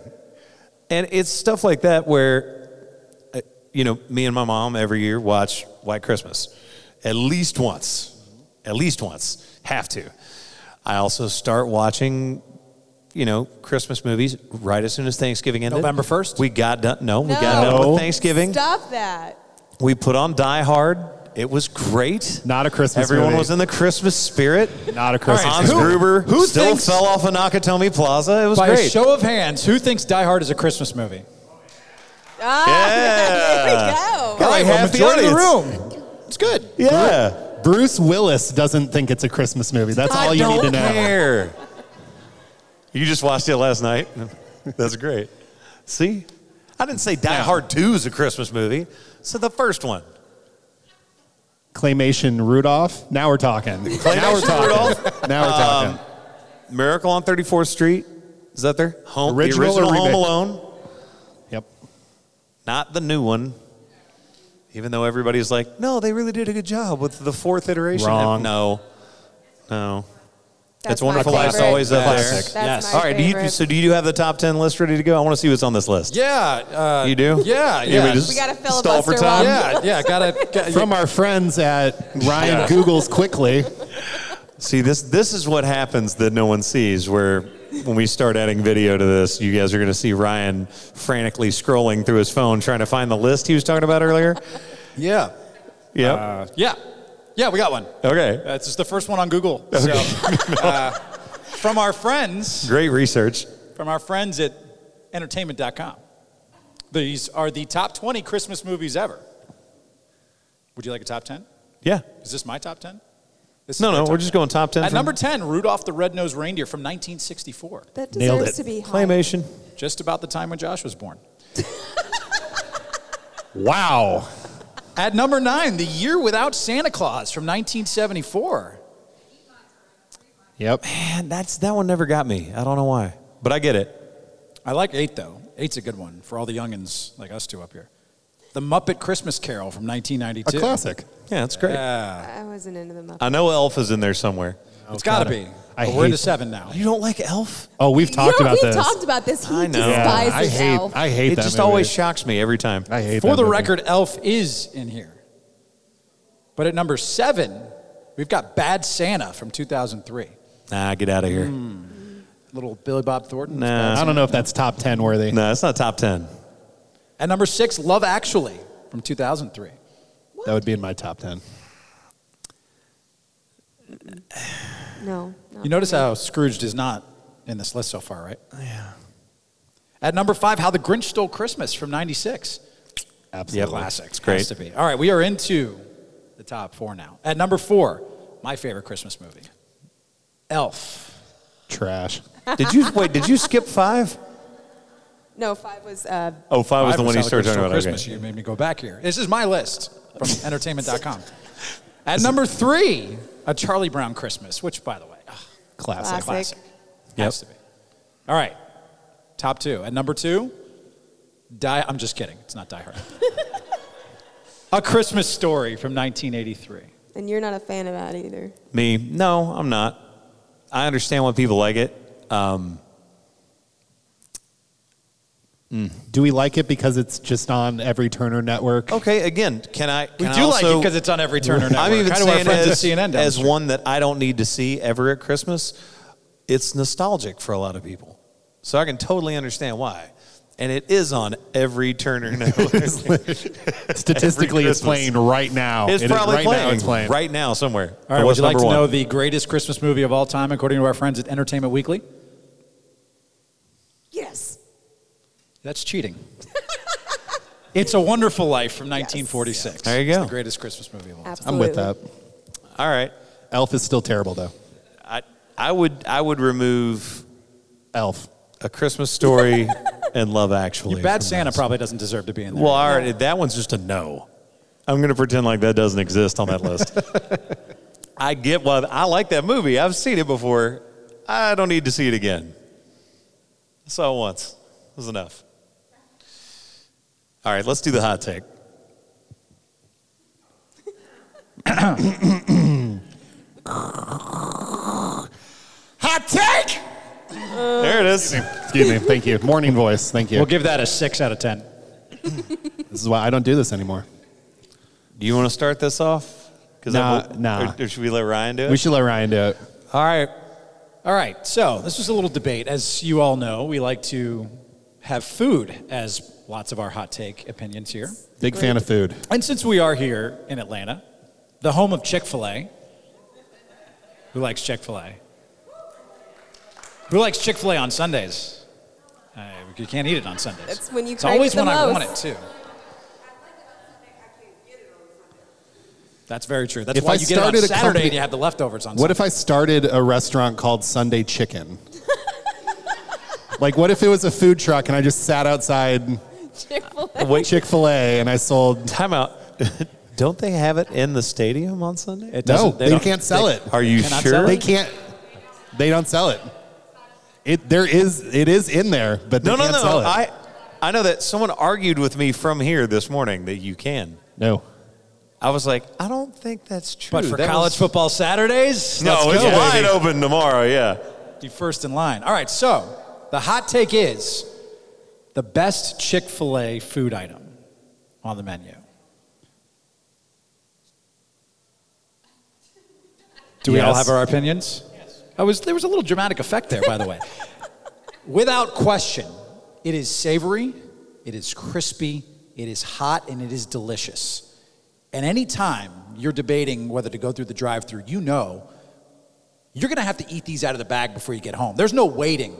Speaker 1: And it's stuff like that where, uh, you know, me and my mom every year watch White Christmas at least once. At least once. Have to. I also start watching, you know, Christmas movies right as soon as Thanksgiving ended.
Speaker 2: November 1st?
Speaker 1: We got done. No, we got
Speaker 3: No.
Speaker 1: done
Speaker 4: No.
Speaker 1: with Thanksgiving.
Speaker 3: stop that.
Speaker 1: We put on Die Hard. It was great.
Speaker 4: Not a Christmas
Speaker 1: Everyone
Speaker 4: movie.
Speaker 1: was in the Christmas spirit.
Speaker 4: Not a Christmas
Speaker 1: Hans
Speaker 4: movie.
Speaker 1: Gruber
Speaker 2: Who- who
Speaker 1: still
Speaker 2: thinks-
Speaker 1: fell off of Nakatomi Plaza. It was
Speaker 2: By a
Speaker 1: great.
Speaker 2: show of hands, who thinks Die Hard is a Christmas movie?
Speaker 3: Ah, there we go.
Speaker 1: All right, half the
Speaker 2: majority of the
Speaker 1: audience.
Speaker 2: room.
Speaker 1: It's good. Yeah.
Speaker 4: Bruce Willis doesn't think it's a Christmas movie. That's all you need to know.
Speaker 1: Care. You just watched it last night. That's great. See? I didn't say Die Hard 2 is a Christmas movie. So the first one.
Speaker 4: Claymation Rudolph. Now we're talking. now we're
Speaker 1: Claymation
Speaker 4: talking.
Speaker 1: Rudolph? Um,
Speaker 4: Now we're talking.
Speaker 1: Miracle on 34th Street. Is that there? Home, the
Speaker 4: Original or
Speaker 1: original Home
Speaker 4: remake?
Speaker 1: Alone.
Speaker 4: yep.
Speaker 1: Not the new one. Even though everybody's like, no, they really did a good job with the fourth iteration.
Speaker 4: Wrong.
Speaker 1: No. No.
Speaker 3: That's
Speaker 1: it's Wonderful
Speaker 3: my
Speaker 1: Life's
Speaker 3: favorite.
Speaker 1: always up
Speaker 2: Classic.
Speaker 1: there.
Speaker 3: That's
Speaker 2: Yes.
Speaker 3: my
Speaker 1: All right. Do you,
Speaker 3: favorite.
Speaker 1: so do you have the top ten list ready to go? I want to see what's on this list.
Speaker 2: Yeah. Uh,
Speaker 1: You do? You
Speaker 2: Yeah.
Speaker 1: want me
Speaker 2: Yeah.
Speaker 1: to just
Speaker 3: We gotta
Speaker 1: stall for
Speaker 3: filibuster
Speaker 1: time.
Speaker 3: while-
Speaker 2: yeah. Yeah. Gotta. gotta-
Speaker 4: From our friends at Ryan Googles quickly.
Speaker 1: See this. This is what happens that no one sees. Where when we start adding video to this, you guys are going to see Ryan frantically scrolling through his phone trying to find the list he was talking about earlier.
Speaker 2: yeah.
Speaker 1: Yep.
Speaker 2: Yeah. Yeah. We got one.
Speaker 1: okay.
Speaker 2: That's just the first one on Google. So, uh, from our friends,
Speaker 1: Great research.
Speaker 2: from our friends at entertainment.com. These are the top 20 Christmas movies ever. Would you like a top 10?
Speaker 1: Yeah.
Speaker 2: Is this my top 10? This is
Speaker 1: No,
Speaker 2: my
Speaker 1: no,
Speaker 2: top
Speaker 1: we're just
Speaker 2: 10.
Speaker 1: going top 10.
Speaker 2: At
Speaker 1: from-
Speaker 2: number 10, Rudolph the Red-Nosed Reindeer from 1964.
Speaker 3: That
Speaker 4: Nailed
Speaker 3: deserves
Speaker 4: it.
Speaker 3: to be high.
Speaker 1: Claymation.
Speaker 2: Just about the time when Josh was born.
Speaker 4: Wow.
Speaker 2: At number 9, The Year Without Santa Claus from 1974.
Speaker 4: Yep.
Speaker 1: Man, that's, that one never got me. I don't know why. But I get it.
Speaker 2: I like 8 though. 8's a good one for all the youngins like us two up here. The Muppet Christmas Carol from
Speaker 4: A
Speaker 2: 1992.
Speaker 4: classic.
Speaker 1: Yeah, it's great.
Speaker 3: I wasn't into the Muppets.
Speaker 1: I know Elf is in there somewhere.
Speaker 2: It's got to
Speaker 4: God,
Speaker 2: be.
Speaker 4: I
Speaker 2: But we're into
Speaker 4: hate-
Speaker 2: 7 now.
Speaker 1: You don't like Elf?
Speaker 4: Oh, we've talked
Speaker 3: you know,
Speaker 4: about
Speaker 3: we've
Speaker 4: this.
Speaker 3: talked about this. He
Speaker 1: I know. Yeah,
Speaker 3: despises
Speaker 4: I hate.
Speaker 3: Elf.
Speaker 4: I hate
Speaker 1: it
Speaker 4: that.
Speaker 1: just
Speaker 4: movie.
Speaker 1: always shocks me every time.
Speaker 4: I hate.
Speaker 2: For
Speaker 4: that
Speaker 2: the
Speaker 4: movie.
Speaker 2: record, Elf is in here. But at number seven, we've got Bad Santa from 2003.
Speaker 1: Nah, get out of here.
Speaker 2: Little Billy Bob Thornton.
Speaker 1: Nah.
Speaker 4: I don't know if that's top ten worthy.
Speaker 1: No, it's not top 10.
Speaker 2: At number six, Love Actually from 2003.
Speaker 4: That would be in my top ten.
Speaker 3: No. not
Speaker 2: You notice
Speaker 3: for me.
Speaker 2: how Scrooged is not in this list so far, right? Yeah. At number five, How the Grinch Stole Christmas from 96.
Speaker 4: Absolutely.
Speaker 2: Classic.
Speaker 1: It's great.
Speaker 2: Has to be. All right, we are into the top four now. At number four, my favorite Christmas movie, Elf.
Speaker 4: Trash.
Speaker 1: Did you wait? Did you skip five?
Speaker 3: No, five was. Uh,
Speaker 1: Oh, five was the one you
Speaker 2: Christmas,
Speaker 1: started talking about.
Speaker 2: Christmas. You made me go back here. This is my list from entertainment.com. At number three, a Charlie Brown Christmas, which, by the way, ugh,
Speaker 4: Classic.
Speaker 3: Classic.
Speaker 2: has to be. All right, top two. At number two, Die. I'm just kidding. It's not Die Hard. a Christmas Story from 1983.
Speaker 3: and you're not a fan of that either.
Speaker 1: Me? No, I'm not. I understand why people like it. Um,
Speaker 4: Do we like it because it's just on every Turner network?
Speaker 3: Oh.
Speaker 1: okay, again, can I?
Speaker 2: We
Speaker 1: can I
Speaker 2: do like
Speaker 1: also-
Speaker 2: it because it's on every Turner network.
Speaker 1: I'm even
Speaker 2: How do our
Speaker 1: saying
Speaker 2: friends
Speaker 1: as,
Speaker 2: at CNN down the
Speaker 1: as
Speaker 2: street?
Speaker 1: one that I don't need to see ever at Christmas. It's nostalgic for a lot of people, so I can totally understand why. And it is on every Turner network.
Speaker 4: Statistically,
Speaker 1: Every
Speaker 4: it's playing right now.
Speaker 1: it's
Speaker 4: It is-
Speaker 1: probably
Speaker 4: right
Speaker 1: playing,
Speaker 4: Now it's playing.
Speaker 1: right now somewhere.
Speaker 2: All right,
Speaker 1: But
Speaker 2: would
Speaker 1: what's
Speaker 2: you like
Speaker 1: number
Speaker 2: to
Speaker 1: one?
Speaker 2: know the greatest Christmas movie of all time, according to our friends at Entertainment Weekly?
Speaker 3: Yes.
Speaker 2: That's cheating. it's a Wonderful Life from 1946.
Speaker 1: There you
Speaker 2: It's
Speaker 1: go.
Speaker 2: the greatest Christmas movie of all time.
Speaker 4: I'm
Speaker 3: Absolutely.
Speaker 4: with that.
Speaker 1: All right,
Speaker 4: Elf is still terrible though.
Speaker 1: I I would I would remove
Speaker 4: Elf.
Speaker 1: a Christmas story and Love Actually.
Speaker 2: Your Bad
Speaker 1: from
Speaker 2: Santa
Speaker 1: this.
Speaker 2: probably doesn't deserve to be in there.
Speaker 1: Well, all right, that one's just a no. I'm going to pretend like that doesn't exist on that list. I get why I like that movie. I've seen it before. I don't need to see it again. I saw it once. It was enough. All right, let's do the hot take.
Speaker 4: Hot take.
Speaker 1: There it is.
Speaker 4: Excuse me. Thank you. Morning voice. Thank you.
Speaker 2: We'll give that a six out of ten.
Speaker 4: this is why I don't do this anymore.
Speaker 1: Do you want to start this off? 'Cause I
Speaker 4: Nah,
Speaker 1: hope-
Speaker 4: nah.
Speaker 1: Or, or should we let Ryan do it?
Speaker 4: We should let Ryan do it.
Speaker 2: All right. All right. So this was a little debate. As you all know, we like to have food as lots of our hot take opinions here.
Speaker 4: Big fan of food.
Speaker 2: And since we are here in Atlanta, the home of Chick fil A, who likes Chick fil A? Who likes Chick fil A on Sundays? Uh, you can't eat it on Sundays.
Speaker 3: That's when you
Speaker 2: It's
Speaker 3: crave
Speaker 2: always
Speaker 3: it the
Speaker 2: when I
Speaker 3: most.
Speaker 2: want it, too. That's very true. That's
Speaker 4: If
Speaker 2: why
Speaker 4: I
Speaker 2: you get it on
Speaker 4: started a
Speaker 2: Saturday
Speaker 4: company-
Speaker 2: and you have the leftovers on
Speaker 4: What
Speaker 2: Sunday.
Speaker 4: if I started a restaurant called Sunday Chicken? like, what if it was a food truck and I just sat outside
Speaker 3: Chick-fil-A.
Speaker 4: Chick Fil A and I sold?
Speaker 1: Time out. don't they have it in the stadium on Sunday?
Speaker 2: It
Speaker 4: No,
Speaker 2: doesn't-
Speaker 4: they, can't sell it.
Speaker 1: Are you
Speaker 2: Cannot
Speaker 1: sure?
Speaker 2: sell
Speaker 4: They
Speaker 2: it?
Speaker 4: can't. They don't sell it. It there is it is in there, but they
Speaker 1: No, no,
Speaker 4: can't sell
Speaker 1: no.
Speaker 4: it.
Speaker 1: I, I know that someone argued with me from here this morning that you can.
Speaker 4: no.
Speaker 1: I was like, I don't think that's true.
Speaker 2: But for
Speaker 1: That
Speaker 2: college
Speaker 1: was-
Speaker 2: football Saturdays,
Speaker 1: no,
Speaker 2: let's
Speaker 1: it's
Speaker 2: go,
Speaker 1: wide
Speaker 2: baby.
Speaker 1: open tomorrow. Yeah,
Speaker 2: You first in line. All right, so the hot take is the best Chick fil A food item on the menu. Do we all
Speaker 4: Yes.
Speaker 2: have our opinions? Yes. I was, there was a little dramatic effect there, by the way. Without question, it is savory, it is crispy, it is hot, and it is delicious. And anytime you're debating whether to go through the drive through, you know you're going to have to eat these out of the bag before you get home. There's no waiting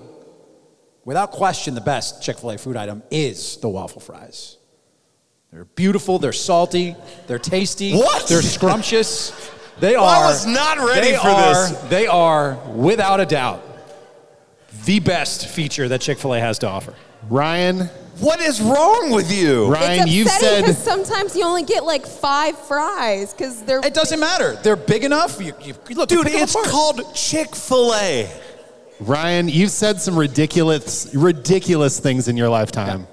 Speaker 2: Without question, the best Chick fil A food item is the waffle fries. They're beautiful, they're salty, they're tasty,
Speaker 6: What?
Speaker 2: they're scrumptious. They are.
Speaker 6: I was not ready
Speaker 2: they
Speaker 6: for
Speaker 2: are-
Speaker 6: this.
Speaker 2: They are, without a doubt, the best feature that Chick fil A has to offer.
Speaker 4: Ryan,
Speaker 6: What is wrong with you?
Speaker 4: Ryan,
Speaker 3: it's
Speaker 4: you've
Speaker 3: upsetting
Speaker 4: said
Speaker 3: because sometimes you only get like five fries because they're
Speaker 2: It doesn't matter. They're big enough. You, you, you look, you
Speaker 6: Dude,
Speaker 2: pick them
Speaker 6: it's
Speaker 2: apart.
Speaker 6: called Chick fil A.
Speaker 4: Ryan, you've said some ridiculous ridiculous things in your lifetime.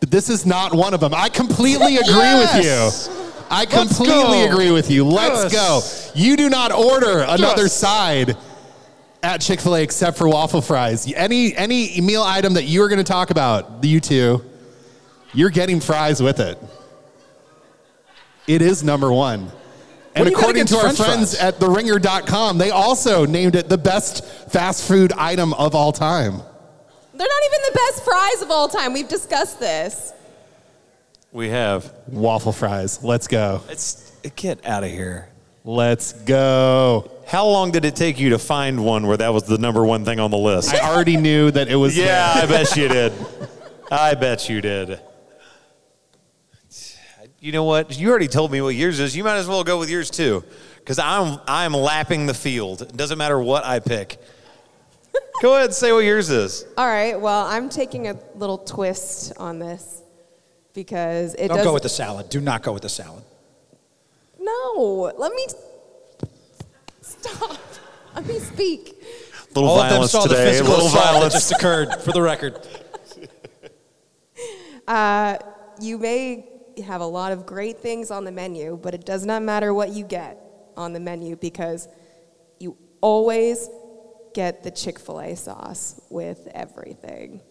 Speaker 4: But this is not one of them. I completely agree
Speaker 2: Yes!
Speaker 4: with you. I completely
Speaker 2: go.
Speaker 4: agree with you. Let's
Speaker 2: Yes.
Speaker 4: go. You do not order another
Speaker 2: Yes.
Speaker 4: side at Chick-fil-A except for waffle fries. Any any meal item that you are going to talk about, you two, you're getting fries with it. It is number 1. And
Speaker 2: do you got
Speaker 4: according
Speaker 2: against
Speaker 4: to our
Speaker 2: french
Speaker 4: friends
Speaker 2: fries?
Speaker 4: at theringer.com, they also named it the best fast food item of all time.
Speaker 3: they're not even the best fries of all time. We've discussed this.
Speaker 1: We have.
Speaker 4: Waffle fries. Let's go.
Speaker 1: It's get out of here.
Speaker 4: Let's go.
Speaker 1: How long did it take you to find one where that was the number one thing on the list?
Speaker 4: I already knew that it was
Speaker 1: yeah, I bet you did. I bet you did. You know what? You already told me what yours is. You might as well go with yours too, because I'm I'm lapping the field. It doesn't matter what I pick. go ahead and say what yours is.
Speaker 3: All right. Well, I'm taking a little twist on this because it
Speaker 2: Don't
Speaker 3: does.
Speaker 2: go with the salad. Do not go with the salad.
Speaker 3: No, let me stop. Let me speak.
Speaker 1: Little
Speaker 2: All of them
Speaker 1: violence
Speaker 2: saw the
Speaker 1: today.
Speaker 2: physical
Speaker 1: Little
Speaker 2: assault that
Speaker 1: violence.
Speaker 2: just occurred, for the record.
Speaker 3: Uh, You may have a lot of great things on the menu, but it does not matter what you get on the menu because you always get the Chick fil A sauce with everything.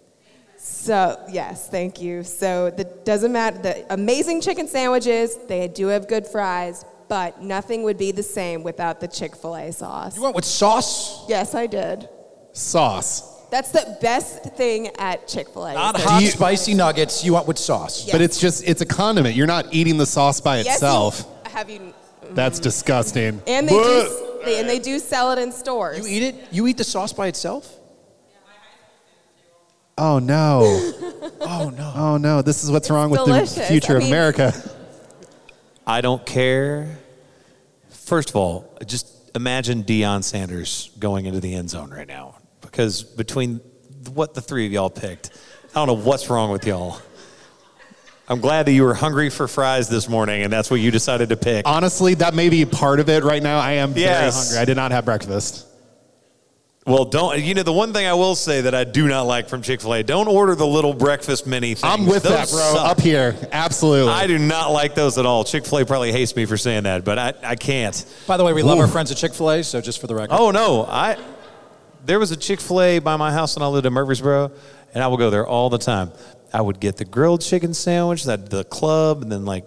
Speaker 3: So, yes, thank you. So, the doesn't matter, the amazing chicken sandwiches, they do have good fries, but nothing would be the same without the Chick fil A sauce.
Speaker 2: You went with sauce?
Speaker 3: Yes, I did.
Speaker 4: sauce.
Speaker 3: That's the best thing at Chick fil A.
Speaker 2: Not hot, spicy nuggets. You went with sauce.
Speaker 4: But it's just, it's a condiment. You're not eating the sauce by itself.
Speaker 3: have you?
Speaker 4: That's disgusting.
Speaker 3: And they,
Speaker 4: What?
Speaker 3: do, they and they do sell it in stores.
Speaker 2: You eat it? You eat the sauce by itself?
Speaker 4: Oh no.
Speaker 2: Oh, no.
Speaker 4: Oh no. This is what's wrong with the
Speaker 3: delicious.
Speaker 4: future
Speaker 3: I
Speaker 4: of
Speaker 3: mean-
Speaker 4: America.
Speaker 1: I don't care. First of all, just imagine Deion Sanders going into the end zone right now because between what the three of y'all picked, I don't know what's wrong with y'all. I'm glad that you were hungry for fries this morning and that's what you decided to pick.
Speaker 4: Honestly, that may be part of it right now. I am very
Speaker 1: Yes.
Speaker 4: hungry. I did not have breakfast.
Speaker 1: Well, don't, you know, the one thing I will say that I do not like from Chick fil A don't order the little breakfast mini things.
Speaker 4: I'm with
Speaker 1: Those
Speaker 4: that, bro.
Speaker 1: suck.
Speaker 4: Up here. Absolutely.
Speaker 1: I do not like those at all. Chick fil A probably hates me for saying that, but I, I can't.
Speaker 2: By the way, we love our
Speaker 1: Oof.
Speaker 2: friends at Chick fil A, so just for the record.
Speaker 1: Oh no, I there was a Chick Fil A by my house when I lived in Murfreesboro, and I would go there all the time. I would get the grilled chicken sandwich, that the club, and then like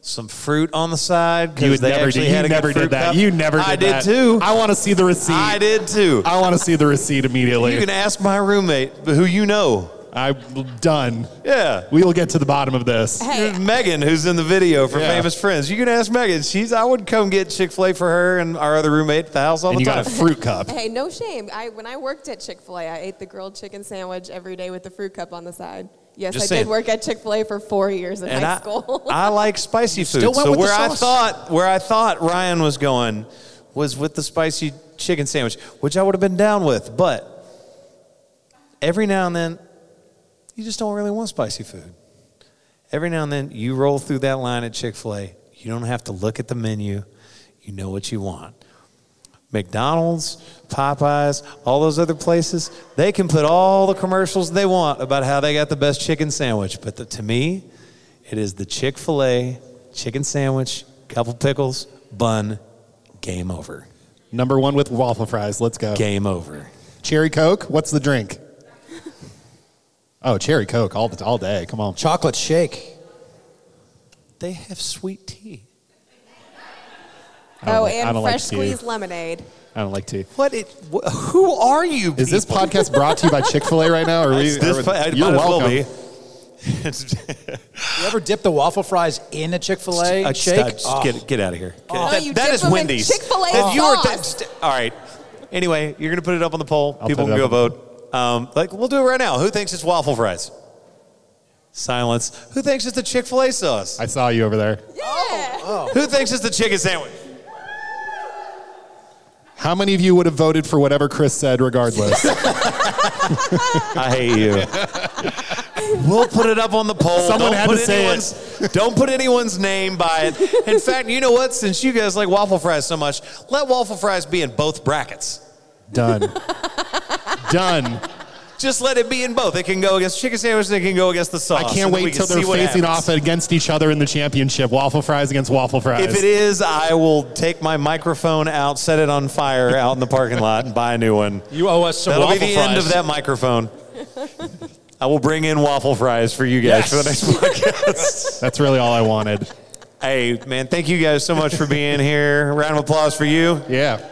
Speaker 1: some fruit on the side. 'cause
Speaker 4: You would
Speaker 1: they
Speaker 4: never do.
Speaker 1: actually
Speaker 4: You
Speaker 1: had a good
Speaker 4: never
Speaker 1: fruit
Speaker 4: did that.
Speaker 1: cup.
Speaker 4: You never did
Speaker 1: I did
Speaker 4: that.
Speaker 1: too.
Speaker 4: I want to see the receipt.
Speaker 1: I did too.
Speaker 4: I want to see the receipt
Speaker 1: You
Speaker 4: immediately.
Speaker 1: can ask my roommate, who you know.
Speaker 4: I'm done.
Speaker 1: Yeah.
Speaker 4: We will get to the bottom of this.
Speaker 3: Hey,
Speaker 1: Megan, who's in the video for
Speaker 4: Yeah.
Speaker 1: Famous Friends, you can ask Megan. She's I would come get Chick Fil A for her and our other roommate at the house all
Speaker 4: And
Speaker 1: the
Speaker 4: you
Speaker 1: time.
Speaker 4: got a fruit cup.
Speaker 3: hey, no shame. I when I worked at Chick fil A, I ate the grilled chicken sandwich every day with the fruit cup on the side. Yes,
Speaker 1: Just
Speaker 3: I
Speaker 1: saying.
Speaker 3: did work at Chick fil A for four years in high school.
Speaker 1: I like spicy food.
Speaker 2: still went
Speaker 1: so
Speaker 2: with the
Speaker 1: where I
Speaker 2: sauce.
Speaker 1: thought where I thought Ryan was going was with the spicy chicken sandwich, which I would have been down with, but every now and then you just don't really want spicy food. Every now and then you roll through that line at Chick-fil-A. You don't have to look at the menu. You know what you want. McDonald's, Popeyes, all those other places, they can put all the commercials they want about how they got the best chicken sandwich. But the, to me, it is the Chick fil A chicken sandwich, couple pickles, bun, game over.
Speaker 4: Number one with waffle fries. Let's go.
Speaker 1: Game over.
Speaker 4: Cherry Coke. What's the drink? Oh, cherry Coke all all day. Come on.
Speaker 2: Chocolate shake.
Speaker 1: They have sweet tea.
Speaker 4: I don't
Speaker 3: oh,
Speaker 4: like- I
Speaker 3: and
Speaker 4: don't
Speaker 3: fresh
Speaker 4: like tea.
Speaker 3: squeezed lemonade.
Speaker 4: I don't like tea.
Speaker 1: What? It, wh- who are you?
Speaker 4: Is this
Speaker 1: people?
Speaker 4: podcast brought to you by Chick Fil A right now? Or are we,
Speaker 1: It's this
Speaker 4: are we-
Speaker 1: po- I
Speaker 4: you're
Speaker 1: might as well
Speaker 4: welcome.
Speaker 1: be.
Speaker 2: You ever dip the waffle fries in a Chick fil
Speaker 1: I
Speaker 2: A
Speaker 1: just-
Speaker 2: shake?
Speaker 1: I uh, just-
Speaker 2: Oh.
Speaker 1: Get, get out of here.
Speaker 3: No,
Speaker 1: That-
Speaker 3: you
Speaker 1: that
Speaker 3: dip
Speaker 1: is
Speaker 3: them in
Speaker 1: Wendy's.
Speaker 3: Chick-fil-A
Speaker 1: That you are-
Speaker 3: sauce.
Speaker 1: that's- all right. Anyway, you're going to put it up on the poll.
Speaker 4: I'll
Speaker 1: People
Speaker 4: put
Speaker 1: can
Speaker 4: it
Speaker 1: go
Speaker 4: up.
Speaker 1: vote. Um, like, we'll do it right now. Who thinks it's waffle fries? Silence. Who thinks it's the Chick fil A sauce?
Speaker 4: I saw you over there.
Speaker 3: Oh.
Speaker 1: Who thinks it's the chicken sandwich?
Speaker 4: How many of you would have voted for whatever Chris said, regardless?
Speaker 1: I hate you. we'll put it up on the poll.
Speaker 4: Someone had
Speaker 1: put
Speaker 4: to say it.
Speaker 1: anyone's, Don't put anyone's name by it. In fact, you know what? Since you guys like waffle fries so much, let waffle fries be in both brackets.
Speaker 4: Done. Done.
Speaker 1: Just let it be in both. It can go against chicken sandwich and it can go against the sauce.
Speaker 4: I
Speaker 1: so
Speaker 4: can't
Speaker 1: that we
Speaker 4: wait
Speaker 1: can
Speaker 4: till they're
Speaker 1: see what
Speaker 4: facing
Speaker 1: happens.
Speaker 4: off against each other in the championship. Waffle fries against waffle fries.
Speaker 1: If it is, I will take my microphone out, set it on fire out in the parking lot, and buy a new one.
Speaker 2: You owe us some
Speaker 1: That'll be
Speaker 2: waffle
Speaker 1: the
Speaker 2: fries.
Speaker 1: end of that microphone. I will bring in waffle fries for you guys for the next podcast.
Speaker 4: That's really all I wanted.
Speaker 1: Hey, man, thank you guys so much for being here. Round of applause for you.
Speaker 4: Yeah.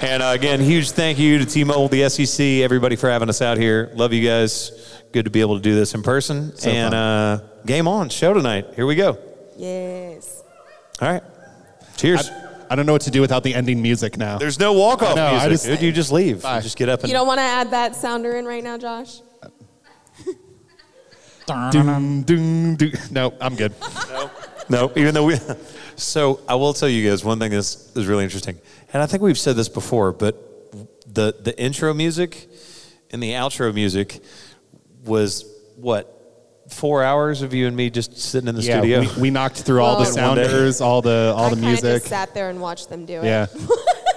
Speaker 1: And uh, again, huge thank you to T Mobile, the SEC, everybody for having us out here. Love you guys. Good to be able to do this in person. and uh, game on, show tonight. Here we go.
Speaker 3: Yes.
Speaker 1: All right. Cheers.
Speaker 4: I, I don't know what to do without the ending music now.
Speaker 1: There's no walk off
Speaker 4: I know, I
Speaker 1: music.
Speaker 4: just-
Speaker 1: dude. You just leave.
Speaker 4: Bye.
Speaker 1: You just get up and.
Speaker 3: You don't want to add that sounder in right now, Josh?
Speaker 4: Doom, doom, doom. No, I'm good.
Speaker 1: No, even though we. So I will tell you guys one thing that's is really interesting, and I think we've said this before, but the the intro music and the outro music was what four hours of you and me just sitting in the
Speaker 4: Yeah,
Speaker 1: studio.
Speaker 4: we, we knocked through all the
Speaker 3: Well- One
Speaker 1: day.
Speaker 4: sounders, all the all
Speaker 3: I
Speaker 4: the
Speaker 3: kinda
Speaker 4: music.
Speaker 3: just sat there and watched them do it.
Speaker 4: Yeah.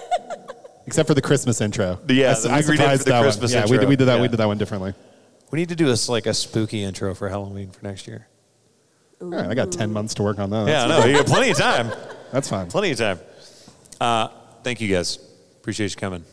Speaker 4: Except for the Christmas intro.
Speaker 1: Yeah,
Speaker 4: I,
Speaker 1: the-
Speaker 4: I
Speaker 1: we did for
Speaker 4: surprised
Speaker 1: the
Speaker 4: that one.
Speaker 1: Christmas
Speaker 4: Yeah, we,
Speaker 1: intro.
Speaker 4: did- we did that.
Speaker 1: Yeah.
Speaker 4: We did that one differently.
Speaker 1: we need to do this like a spooky intro for Halloween for next year.
Speaker 4: All right, I got ten months to work on that.
Speaker 1: Yeah, no, you got plenty of time.
Speaker 4: that's fine.
Speaker 1: Plenty of time. Uh, thank you guys. Appreciate you coming.